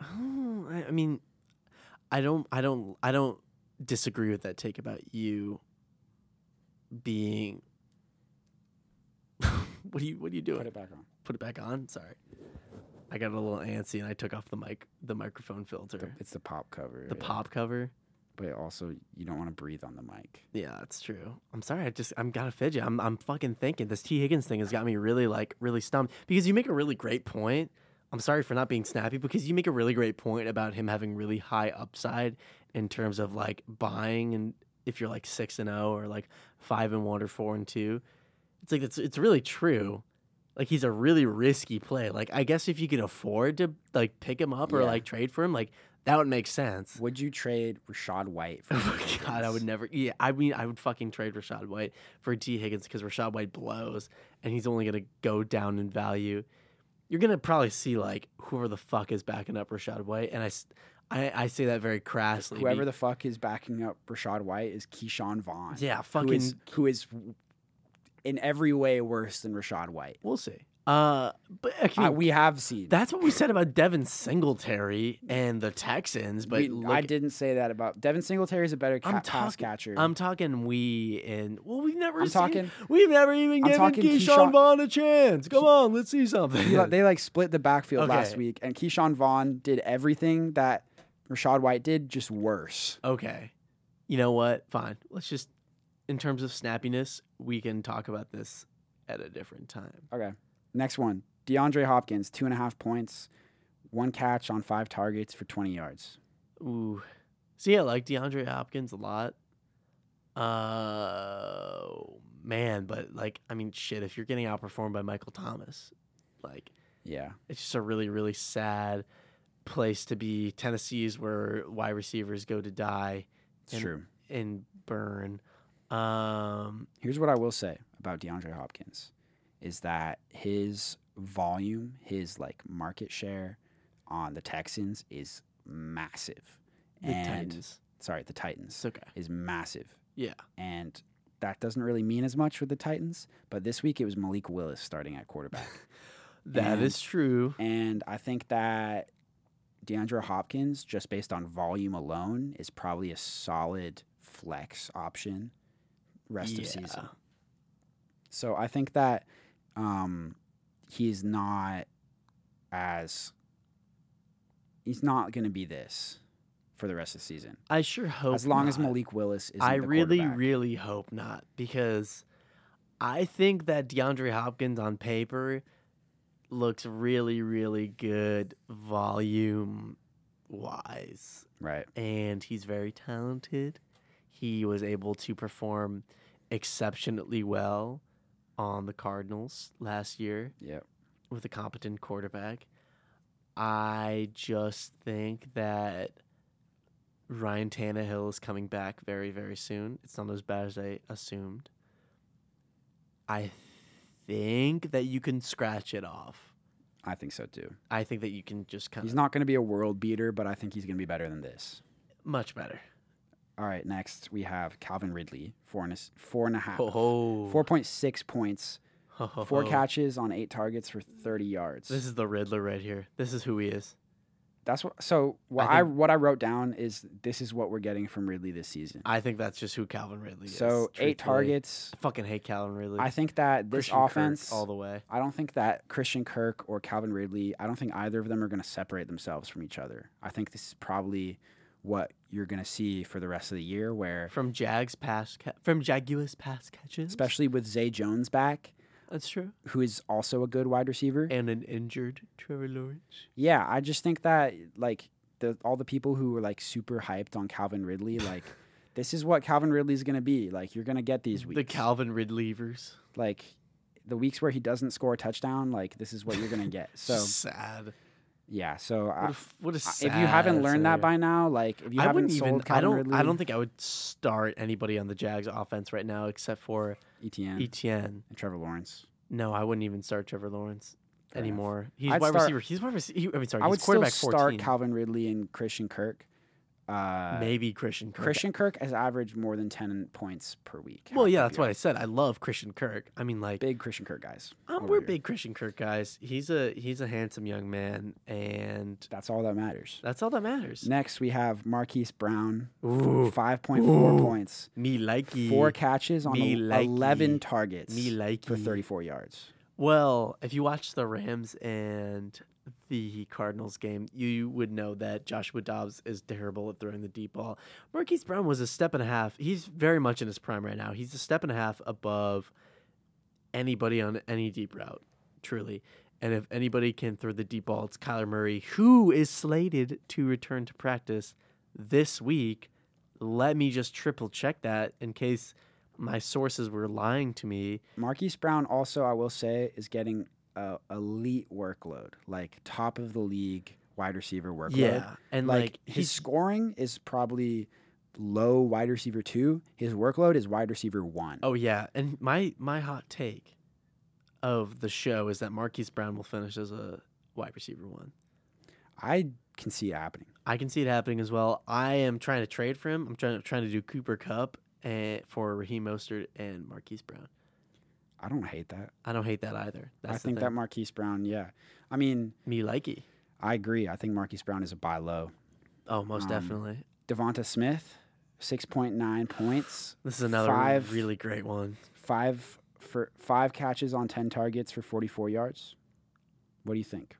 Oh, I, I mean, I don't, I don't, I don't disagree with that take about you being. what do you, what are you doing? Put it back on. Put it back on. Sorry, I got a little antsy and I took off the mic, the microphone filter, It's the pop cover. the yeah. pop cover. But also, you don't want to breathe on the mic. Yeah, that's true. I'm sorry. I just I'm got to fidget. I'm I'm fucking thinking. This T Higgins thing has got me really like really stumped because you make a really great point. I'm sorry for not being snappy because you make a really great point about him having really high upside in terms of like buying and if you're like six and zero or like five and one or four and two, it's like it's it's really true. Like he's a really risky play. Like I guess if you could afford to like pick him up or Yeah. like trade for him, like that would make sense. Would you trade Rashad White for? Oh T. my God, I Higgins? would never. Yeah, I mean, I would fucking trade Rashad White for T. Higgins because Rashad White blows, and he's only gonna go down in value. You're gonna probably see like whoever the fuck is backing up Rashad White, and I, s- I, I say that very crassly. Whoever the fuck is backing up Rashad White is Keyshawn Vaughn. yeah, Who fucking, is, who is in every way worse than Rashad White. we'll see. Uh, but I Uh, mean, we have seen. that's what we said about Devin Singletary and the Texans. But We- look, I didn't say that about Devin Singletary is a better I'm ca- pass talking- catcher. I'm talking we and well, we've never I'm seen, talking- we've never even I'm given talking Keyshawn, Keyshawn- Vaughn a chance. Come on, let's see something. He- they like split the backfield last Okay. week, and Keyshawn Vaughn did everything that Rashad White did, just worse. okay, you know what? Fine. Let's just, in terms of snappiness, we can talk about this at a different time. Okay, next one. DeAndre Hopkins, two and a half points, one catch on five targets for 20 yards. Ooh. See, I like DeAndre Hopkins a lot. Uh, man, but like, I mean, shit, if you're getting outperformed by Michael Thomas, like, Yeah. it's just a really, really sad place to be. Tennessee's where wide receivers go to die It's And- true. and burn. Um, Here's what I will say about DeAndre Hopkins is that his volume, his like market share on the Texans is massive. the and Titans. sorry, the Titans It's okay. is massive. Yeah. And that doesn't really mean as much with the Titans, but this week it was Malik Willis starting at quarterback. that And- is true. and I think that DeAndre Hopkins, just based on volume alone, is probably a solid flex option rest of season. Yeah. So I think that um, he's not as he's not going to be this for the rest of the season. I sure hope as long as not. Malik Willis is, I the really, quarterback. really hope not because I think that DeAndre Hopkins on paper looks really, really good volume wise. right. and he's very talented. He was able to perform exceptionally well on the Cardinals last year Yep. with a competent quarterback. I just think that Ryan Tannehill is coming back very, very soon. It's not as bad as I assumed. I think that you can scratch it off. I think so too. I think that you can just kind He's of not going to be a world beater, but I think he's going to be better than this. much better. All right, next we have Calvin Ridley, four and a, s- four and a half, Ho ho. 4.6 points, Ho, ho, four ho. catches on eight targets for 30 yards. Oh. This is the Riddler right here. This is who he is. That's what. So what I I, what I wrote down is this is what we're getting from Ridley this season. I think that's just who Calvin Ridley is. so eight truthfully. targets. I fucking hate Calvin Ridley. I think that this Christian Kirk offense. all the way. I don't think that Christian Kirk or Calvin Ridley. I don't think either of them are going to separate themselves from each other. I think this is probably what you're going to see for the rest of the year, where From Jags pass ca- from Jaguars pass catches. especially with Zay Jones back, That's true. who is also a good wide receiver. And an injured Trevor Lawrence. Yeah, I just think that like the all the people who were like super hyped on Calvin Ridley, like this is what Calvin Ridley's gonna be. Like you're gonna get these weeks. The Calvin Ridleyvers. like the weeks where he doesn't score a touchdown, like this is what you're gonna get. So sad. yeah, so What a, I, f- what a if you haven't sad learned that by scenario. now, like if you I haven't wouldn't sold even. Calvin I don't. Ridley, I don't think I would start anybody on the Jags offense right now except for ETN E Etienne. E and Trevor Lawrence. No, I wouldn't even start Trevor Lawrence Fair enough. anymore. He's I'd wide start- receiver. He's wide receiver. I mean, sorry. I he's would still quarterback start 14. Calvin Ridley and Christian Kirk. Uh, Maybe Christian Kirk. Christian Kirk has averaged more than ten points per week. Well, half of yeah, that's year. what I said. I love Christian Kirk. I mean, like, Big Christian Kirk guys. um, over we're here. big Christian Kirk guys. He's a he's a handsome young man, and That's all that matters. that's all that matters. Next, we have Marquise Brown, Ooh. five point four Ooh. points, Me likey. four catches on Me el- likey. eleven targets Me likey. for thirty four yards. Well, if you watch the Rams and the Cardinals game, you would know that Joshua Dobbs is terrible at throwing the deep ball. Marquise Brown was a step and a half. He's very much in his prime right now. He's a step and a half above anybody on any deep route, truly. And if anybody can throw the deep ball, it's Kyler Murray, who is slated to return to practice this week. Let me just triple check that in case my sources were lying to me. Marquise Brown also, I will say, is getting a elite workload, like top of the league wide receiver workload. Yeah, and like, like, his he's scoring is probably low wide receiver two. His workload is wide receiver one. oh yeah, and my my hot take of the show is that Marquise Brown will finish as a wide receiver one. I can see it happening. I can see it happening as well. I am trying to trade for him. I'm trying to trying to do Cooper Cup and for Raheem Mostert and Marquise Brown. I don't hate that. I don't hate that either. That's I think that Marquise Brown, yeah. I mean, that me likey. I agree. I think Marquise Brown is a buy low. Oh, most Um, definitely. Devonta Smith, six point nine points, This is another five- really great one. five for five catches on ten targets for forty four yards. What do you think?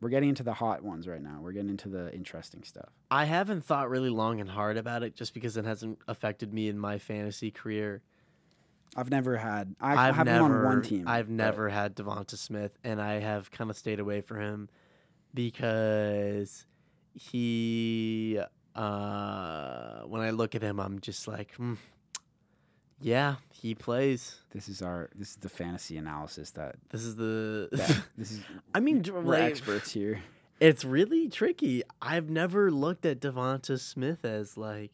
We're getting into the hot ones right now. We're getting into the interesting stuff. I haven't thought really long and hard about it just because it hasn't affected me in my fantasy career. I've never had. I I've have never, him on one team. I've but never had Devonta Smith, and I have kind of stayed away from him because he. Uh, when I look at him, I'm just like, hmm, yeah, he plays. This is our. This is the fantasy analysis that. This is the. that this is. I mean, We're like, experts here. It's really tricky. I've never looked at Devonta Smith as like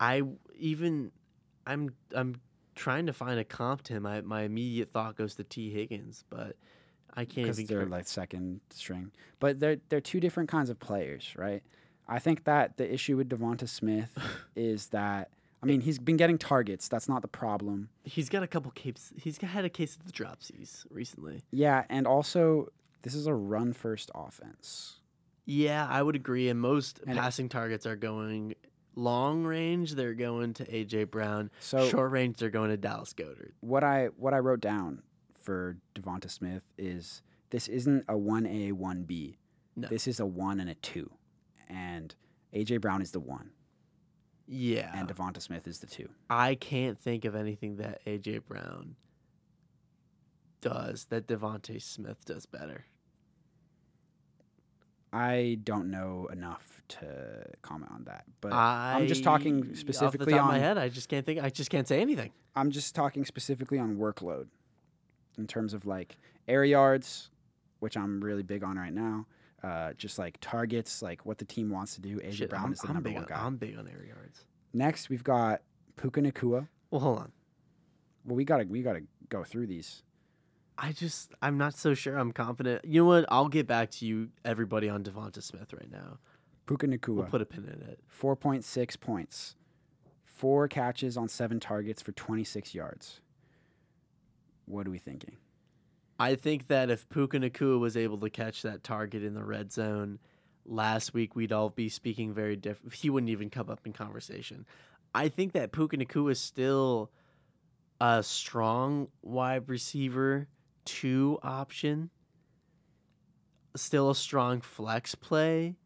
I even I'm I'm trying to find a comp to him. I, my immediate thought goes to T Higgins, but I can't because even they're cor- like second string. But they're they're two different kinds of players, right? I think that the issue with Devonta Smith is that I mean he's been getting targets. That's not the problem. he's got a couple capes he's got- had a case of the dropsies recently. Yeah, and also this is a run first offense. Yeah, I would agree. And most And it- passing targets are going long range, they're going to AJ Brown. So Short range, they're going to Dallas Goddard. what I what I wrote down for Devonta Smith is this isn't a one A one B. No. This is a one and a two, and AJ Brown is the one, Yeah. and Devonta Smith is the two. I can't think of anything that AJ Brown does that Devonte Smith does better. I don't know enough to comment on that, but I, I'm just talking off the specifically top of my on- head. I just can't think. I just can't say anything. I'm just talking specifically on workload in terms of like air yards, which I'm really big on right now, uh, just like targets, like what the team wants to do. Asia Shit, Brown I'm, is the I'm number big one on, guy. I'm big on air yards. Next, we've got Puka Nakua. Well, hold on. Well, we gotta we gotta go through these. I just I'm not so sure. I'm confident. You know what? I'll get back to you, everybody, on Devonta Smith right now. Puka Nakua. We'll put a pin in it. 4.6 points, four catches on seven targets for 26 yards. What are we thinking? I think that if Puka Nakua was able to catch that target in the red zone last week, we'd all be speaking very different. He wouldn't even come up in conversation. I think that Puka Nakua is still a strong wide receiver two option, still a strong flex play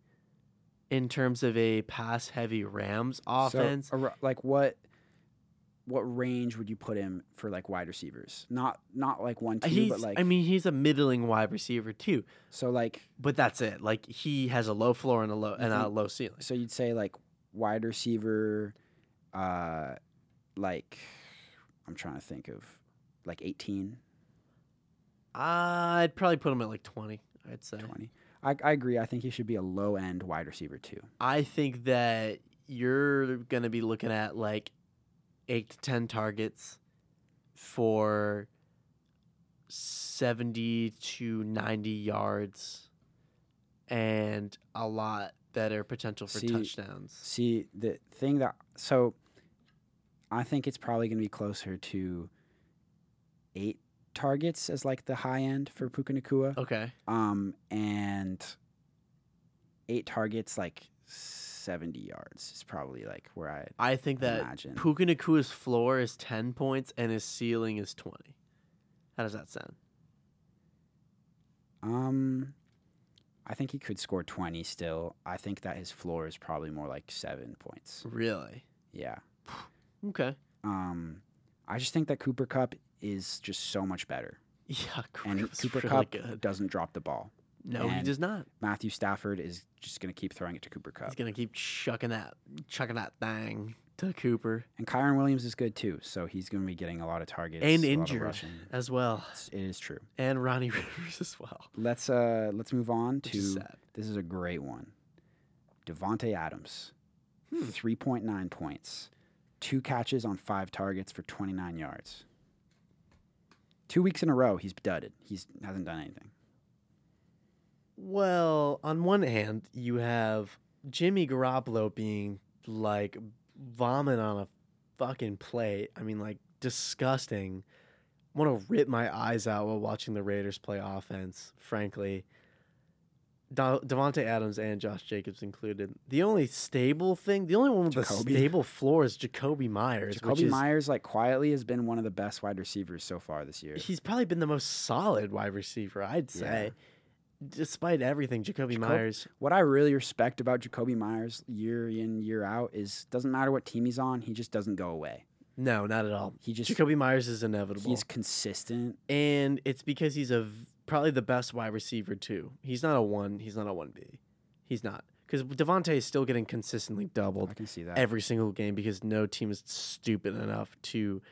in terms of a pass heavy Rams offense. So, ar- like what? What range would you put him for like wide receivers? Not not like one two, he's, but like I mean, he's a middling wide receiver too, so like but that's it. Like he has a low floor and a low and a think- low ceiling. so you'd say like wide receiver, uh, like I'm trying to think of like 18, I'd probably put him at like twenty. I'd say. 20. I, I agree. I think he should be a low end wide receiver too. I think that you're gonna be looking at like eight to ten targets for seventy to ninety yards, and a lot better potential for See, touchdowns. See, the thing that so I think it's probably going to be closer to eight targets as like the high end for Puka Nakua. Okay. Um, and eight targets like 70 yards is probably like where I I think that imagine. Puka Nakua's floor is 10 points and his ceiling is 20. How does that sound? um, I think he could score 20 still. I think that his floor is probably more like seven points. Really? Yeah. Okay. Um, I just think that Cooper Cup is just so much better. Yeah, And Cooper, Cooper really Cup good. doesn't drop the ball. No, he and does not. Matthew Stafford is just going to keep throwing it to Cooper Cup. He's going to keep chucking that chucking that thing to Cooper And Kyron Williams is good too, so he's going to be getting a lot of targets And a lot of injured. rushing. as well. It's- It is true. And Ronnie Rivers as well. Let's uh let's move on Which is to sad. this is a great one. Devonte Adams, Hmm. 3.9 points, two catches on five targets for 29 yards. Two weeks in a row, he's dudded. He's hasn't done anything. Well, on one hand, you have Jimmy Garoppolo being like vomit on a fucking plate. I mean, like disgusting. want to rip my eyes out while watching the Raiders play offense. Frankly, Da- Devonte Adams and Josh Jacobs included. The only stable thing, the only one with Jacoby. a stable floor is Jacoby Myers. Jacoby which is, Myers, like quietly, has been one of the best wide receivers so far this year. He's probably been the most solid wide receiver, I'd say. Despite everything, Jacoby Jacob- Myers what I really respect about Jacoby Myers year in year out is doesn't matter what team he's on, he just doesn't go away. No, not at all. He just Jacoby Myers is inevitable. he's consistent. and it's because he's a v- probably the best wide receiver too. He's not a 1, he's not a 1B. He's not. Cuz Devontae is still getting consistently doubled I can see that. every single game because no team is stupid enough to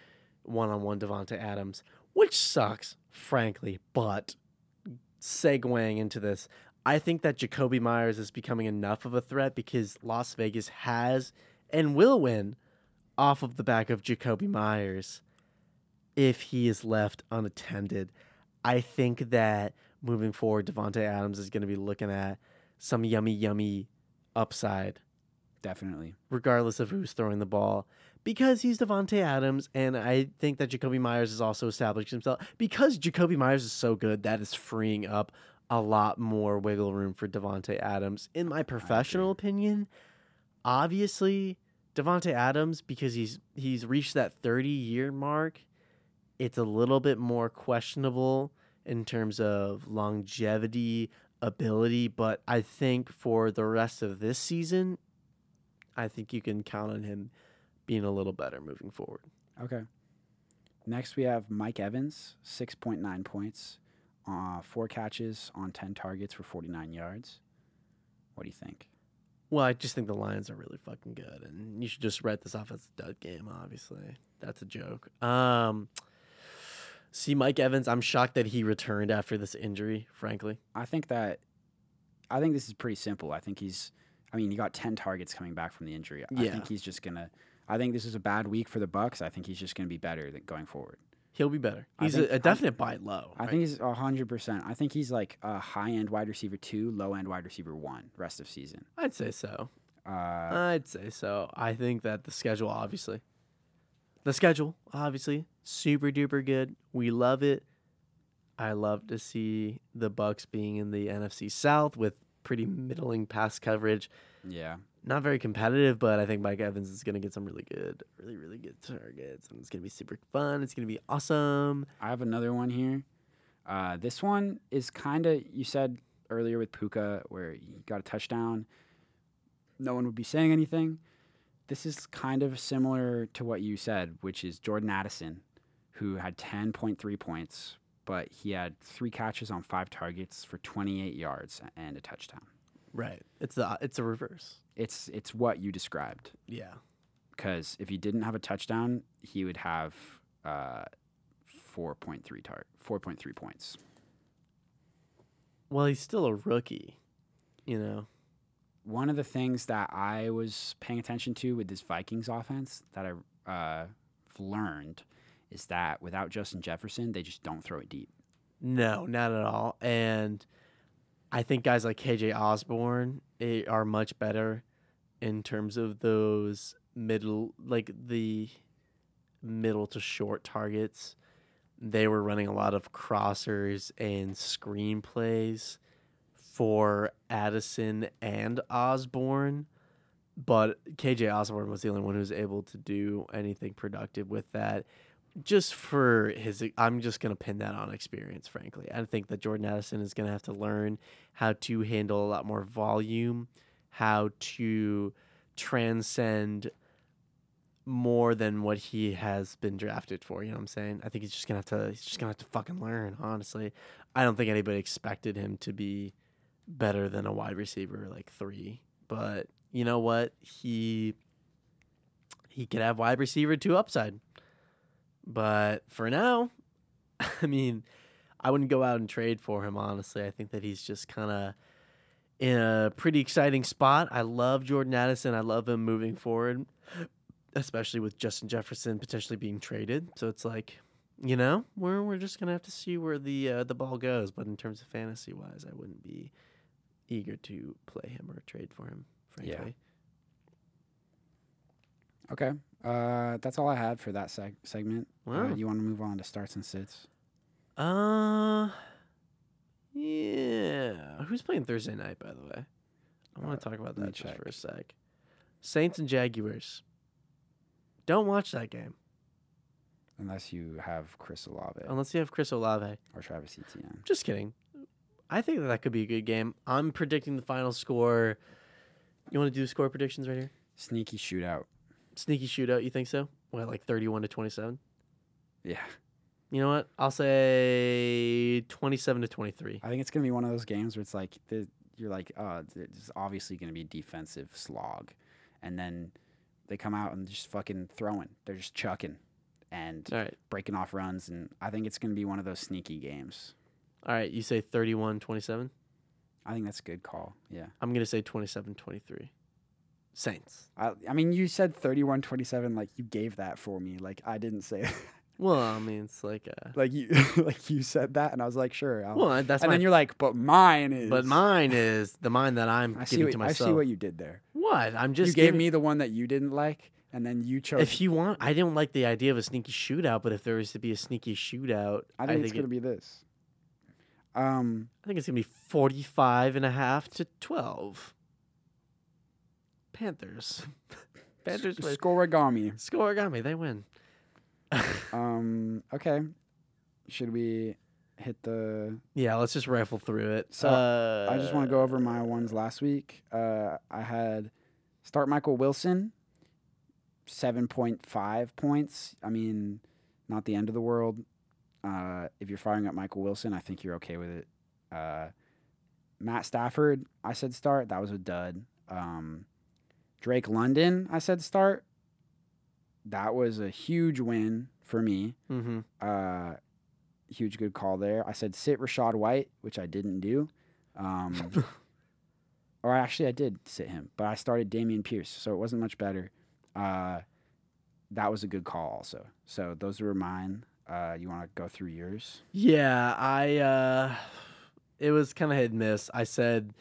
one-on-one Devontae Adams, which sucks frankly, but segueing into this, I think that Jacoby Myers is becoming enough of a threat because Las Vegas has and will win off of the back of Jacoby Myers if he is left unattended. I think that moving forward, Devonte Adams is going to be looking at some yummy, yummy upside, Definitely. regardless of who's throwing the ball, because he's Devonte Adams, and I think that Jacoby Myers has also established himself. Because Jacoby Myers is so good, that is freeing up a lot more wiggle room for Devonte Adams, in my professional opinion obviously Devonte Adams because he's he's reached that 30 year mark. It's a little bit more questionable in terms of longevity ability, but I think for the rest of this season, I think you can count on him being a little better moving forward. Okay. Next we have Mike Evans, six point nine points, uh, four catches on ten targets for forty nine yards. What do you think? Well, I just think the Lions are really fucking good, and you should just write this off as a dud game. Obviously, that's a joke. Um, see, Mike Evans, I'm shocked that he returned after this injury. Frankly, I think that I think this is pretty simple. I think he's. I mean, he got ten targets coming back from the injury. I Yeah. think he's just gonna. I think this is a bad week for the Bucks. I think he's just gonna be better than going forward. He'll be better. I He's think- a, a definite buy low. I right? think he's hundred percent. I think he's like a high end wide receiver two, low end wide receiver one, rest of season. I'd say so. Uh, I'd say so. I think that the schedule, obviously, the schedule, obviously, super duper good. We love it. I love to see the Bucks being in the NFC South with pretty middling pass coverage. yeah, Not very competitive, but I think Mike Evans is going to get some really good, really, really good targets, and it's going to be super fun. It's going to be awesome. I have another one here. Uh, this one is kind of you said earlier with Puka, where he got a touchdown. No one would be saying anything. This is kind of similar to what you said, which is Jordan Addison, who had 10.3 points, but he had three catches on five targets for 28 yards and a touchdown. Right. It's the it's a reverse. It's it's what you described. Yeah. because if he didn't have a touchdown, he would have uh, four point three tar- four point three points. Well, he's still a rookie. You know. One of the things that I was paying attention to with this Vikings offense that I uh, learned is that without Justin Jefferson, they just don't throw it deep. No, not at all. And I think guys like KJ Osborne eh, are much better in terms of those middle, like the middle to short targets. They were running a lot of crossers and screenplays for Addison and Osborne. But KJ Osborne was the only one who was able to do anything productive with that just for his i'm just going to pin that on experience frankly i think that jordan addison is going to have to learn how to handle a lot more volume how to transcend more than what he has been drafted for you know what i'm saying i think he's just going to have to he's just going to have to fucking learn honestly i don't think anybody expected him to be better than a wide receiver like 3 but you know what he he could have wide receiver 2 upside but for now, I mean, I wouldn't go out and trade for him, honestly. I think that he's just kind of in a pretty exciting spot. I love Jordan Addison. I love him moving forward, especially with Justin Jefferson potentially being traded. So it's like, you know, we're, we're just going to have to see where the uh, the ball goes. But in terms of fantasy wise, I wouldn't be eager to play him or trade for him, Yeah. frankly. Okay, uh, that's all I had for that seg- segment. Uh, Wow. you want to move on to starts and sits? Uh, yeah. Who's playing Thursday night, by the way? I want Uh, to talk about let me that just check. for a sec. Saints and Jaguars. Don't watch that game Unless you have Chris Olave unless you have Chris Olave. or Travis Etienne. Just kidding. I think that that could be a good game. I'm predicting the final score. You want to do score predictions right here? Sneaky shootout. Sneaky shootout. You think so? Well, like 31 to 27. Yeah, You know what? I'll say 27 to 23. I think it's gonna be one of those games where it's like the, you're like, oh, it's obviously gonna be a defensive slog, and then they come out and just fucking throwing. They're just chucking and All right. breaking off runs, and I think it's gonna be one of those sneaky games. All right. You say 31 27. I think that's a good call. Yeah. I'm going to say 27 23. Saints. I, I mean, you said 31-27, like you gave that for me. Like I didn't say, Well, I mean, it's like, uh, like you, like you said that, and I was like, sure. I'll. well, uh, that's and my, then you're like, but mine is. but mine is the mine that I'm I see, giving what, to I myself. see what you did there. what? I'm just you gave giving- me the one that you didn't like, and then you chose. If you want, I didn't like the idea of a sneaky shootout, but if there is to be a sneaky shootout, I think, it's it- going to be this. Um, I think it's going to be 45 and a half to 12. Panthers. Panthers play. Scorigami. Score got me. They win. Um, okay. Should we hit the? yeah, let's just rifle through it. So, uh, I just want to go over my ones last week. Uh, I had start Michael Wilson, seven point five points. I mean, not the end of the world. Uh, if you're firing up Michael Wilson, I think you're okay with it. Uh, Matt Stafford, I said start. That was a dud. Um, Drake London, I said start. That was a huge win for me. Mm-hmm. Uh, huge good call there. I said sit Rashad White, which I didn't do. Um, or actually I did sit him, but I started Damian Pierce, so it wasn't much better. Uh, that was a good call also. So those were mine. Uh, you want to go through yours? Yeah, I uh it was kind of hit and miss. I said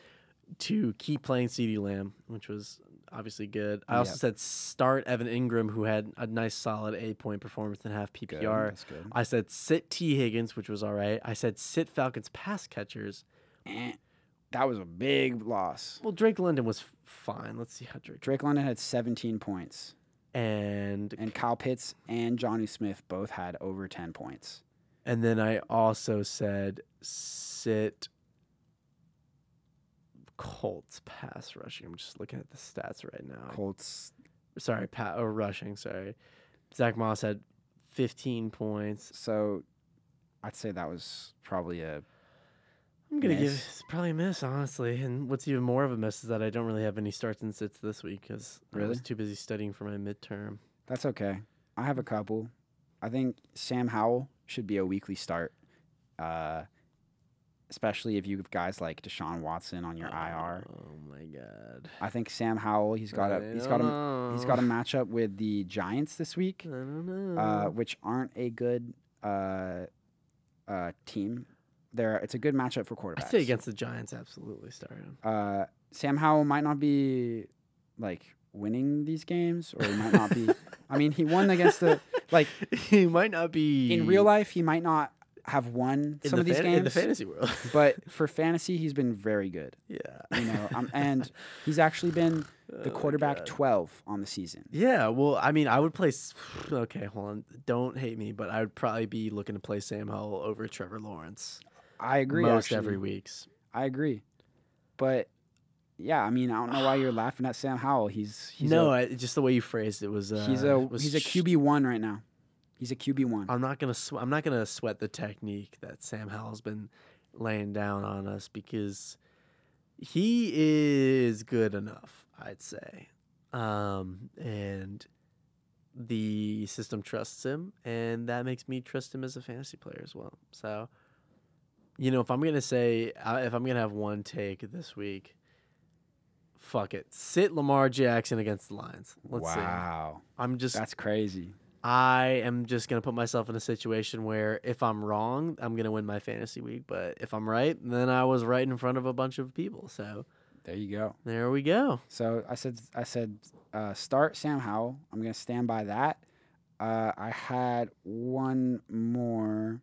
to keep playing CD Lamb, which was obviously good. I also Yep. said start Evan Ingram, who had a nice solid eight point performance and a half Good. PPR. That's good. I said sit T Higgins, which was all right. I said sit Falcons pass catchers. Eh, that was a big loss. Well, Drake London was f- fine. Let's see how Drake Drake London had 17 points, and and Kyle Pitts and Johnny Smith both had over 10 points. and then I also said sit Colts pass rushing. I'm just looking at the stats right Oh. now. Colts. sorry, pa- or rushing, sorry. Zach Moss had 15 points. So I'd say that was probably a I'm gonna give Miss. it's probably a miss, honestly. And what's even more of a miss is that I don't really have any starts and sits this week because I was Really? too busy studying for my midterm. That's okay. I have a couple. I think Sam Howell should be a weekly start, uh, especially if you have guys like Deshaun Watson on your IR. Oh my god. I think Sam Howell he's got a he's got a he's got a matchup with the Giants this week, I don't know. uh, which aren't a good uh, uh, team. There, it's a good matchup for I quarterbacks. say against the Giants, absolutely start him. uh, Sam Howell might not be like winning these games, or he might not be. I mean, he won against the like he might not be in real life, he might not have won in some the of these fan- games, in the fantasy world. but for fantasy, he's been very good. yeah, You know, um, and he's actually been the Oh my quarterback God. twelve on the season. Yeah, well, I mean, I would play. s- Okay, hold on. Don't hate me, but I would probably be looking to play Sam Howell over Trevor Lawrence I agree. most actually. every weeks. I agree, but yeah, I mean, I don't know why you're laughing at Sam Howell. He's he's no, a, I, just the way you phrased it was. Uh, he's a was he's a sh- QB one right now. He's a QB one. I'm not gonna. Sw- I'm not gonna sweat the technique that Sam Howell's been laying down on us because he is good enough, I'd say, um, and the system trusts him, and that makes me trust him as a fantasy player as well. So, you know, if I'm gonna say I- if I'm gonna have one take this week. Fuck it. Sit Lamar Jackson against the Lions. Let's see. wow, I'm just that's crazy. I am just gonna put myself in a situation where if I'm wrong, I'm gonna win my fantasy week. But if I'm right, then I was right in front of a bunch of people. So There you go. there we go. So I said, I said, uh, start Sam Howell. I'm gonna stand by that. Uh, I had one more.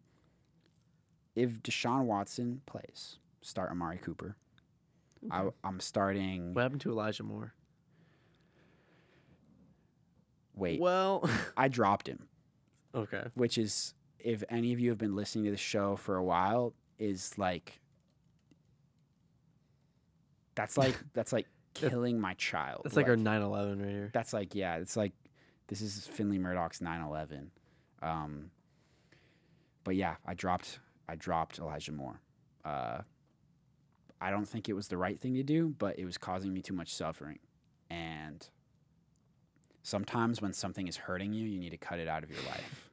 If Deshaun Watson plays, start Amari Cooper. I, I'm starting. What happened to Elijah Moore? Wait, Well, I dropped him, okay. which is if any of you have been listening to the show for a while, is like. That's like that's like killing my child. That's like our 9/11 right here. that's like yeah it's like this is finley murdoch's 9-11 um, but yeah i dropped i dropped elijah moore uh, i don't think it was the right thing to do but it was causing me too much suffering and sometimes when something is hurting you you need to cut it out of your life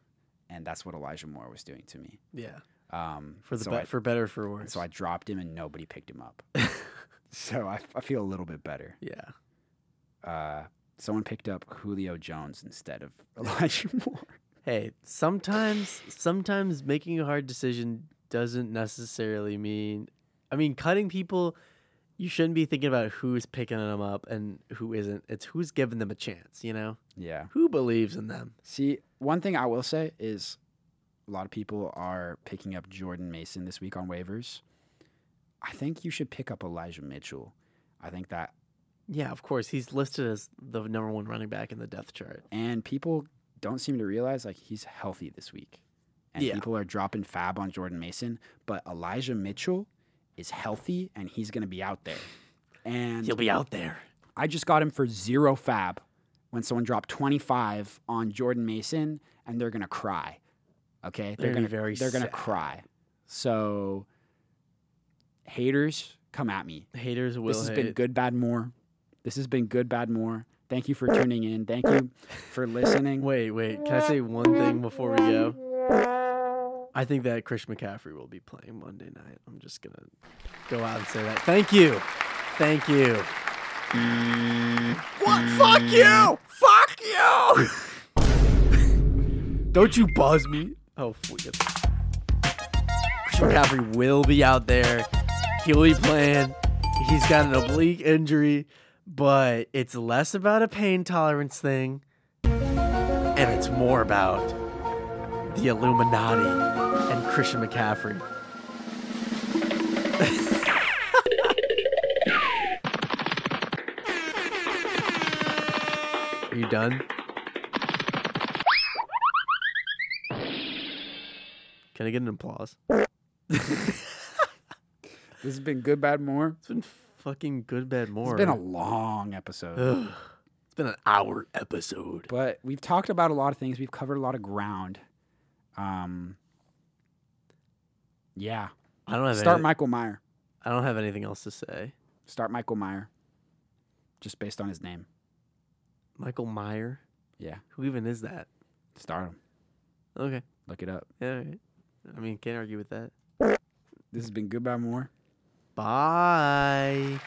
and that's what elijah moore was doing to me Yeah, um, for the so be- I- for better or for worse. so i dropped him and nobody picked him up so I, I feel a little bit better yeah, uh, someone picked up Julio Jones instead of Elijah Moore. Hey, sometimes sometimes making a hard decision doesn't necessarily mean I mean cutting people you shouldn't be thinking about who's picking them up and who isn't. It's who's giving them a chance, you know? Yeah. Who believes in them? See, one thing I will say is a lot of people are picking up Jordan Mason this week on waivers. I think you should pick up Elijah Mitchell. I think that, Yeah, of course. He's listed as the number one running back in the death chart. and people don't seem to realize like he's healthy this week. And Yeah. people are dropping fab on Jordan Mason, but Elijah Mitchell is healthy and he's going to be out there. And He'll be out there. I just got him for zero fab when someone dropped 25 on Jordan Mason and they're going to cry. Okay? They're gonna going be very they're going to sad. cry. So haters, come at me. Haters will this has been hate. good bad more. This has been good bad more. Thank you for tuning in. Thank you for listening. Wait, wait. Can I say one thing before we go? I think that Chris McCaffrey will be playing Monday night. I'm just gonna go out and say that. Thank you. Thank you. What? Fuck you! Fuck you! Don't you buzz me. Oh, fuck. McCaffrey will be out there. He'll be playing. He's got an oblique injury, but it's less about a pain tolerance thing, and it's more about the Illuminati and Christian McCaffrey. Are you done? Can I get an applause? This has been good, bad, more. It's been fucking good, bad, more. It's been a long episode. Ugh. It's been an hour episode. but we've talked about a lot of things. We've covered a lot of ground. Um, yeah. I don't have Start any- Michael Meyer. I don't have anything else to say. Start Michael Meyer. Just based on his name. Michael Meyer. Yeah. Who even is that? Start him. Okay. Look it up. Yeah. all right. I mean, can't argue with that. This has been Goodbye More. Bye.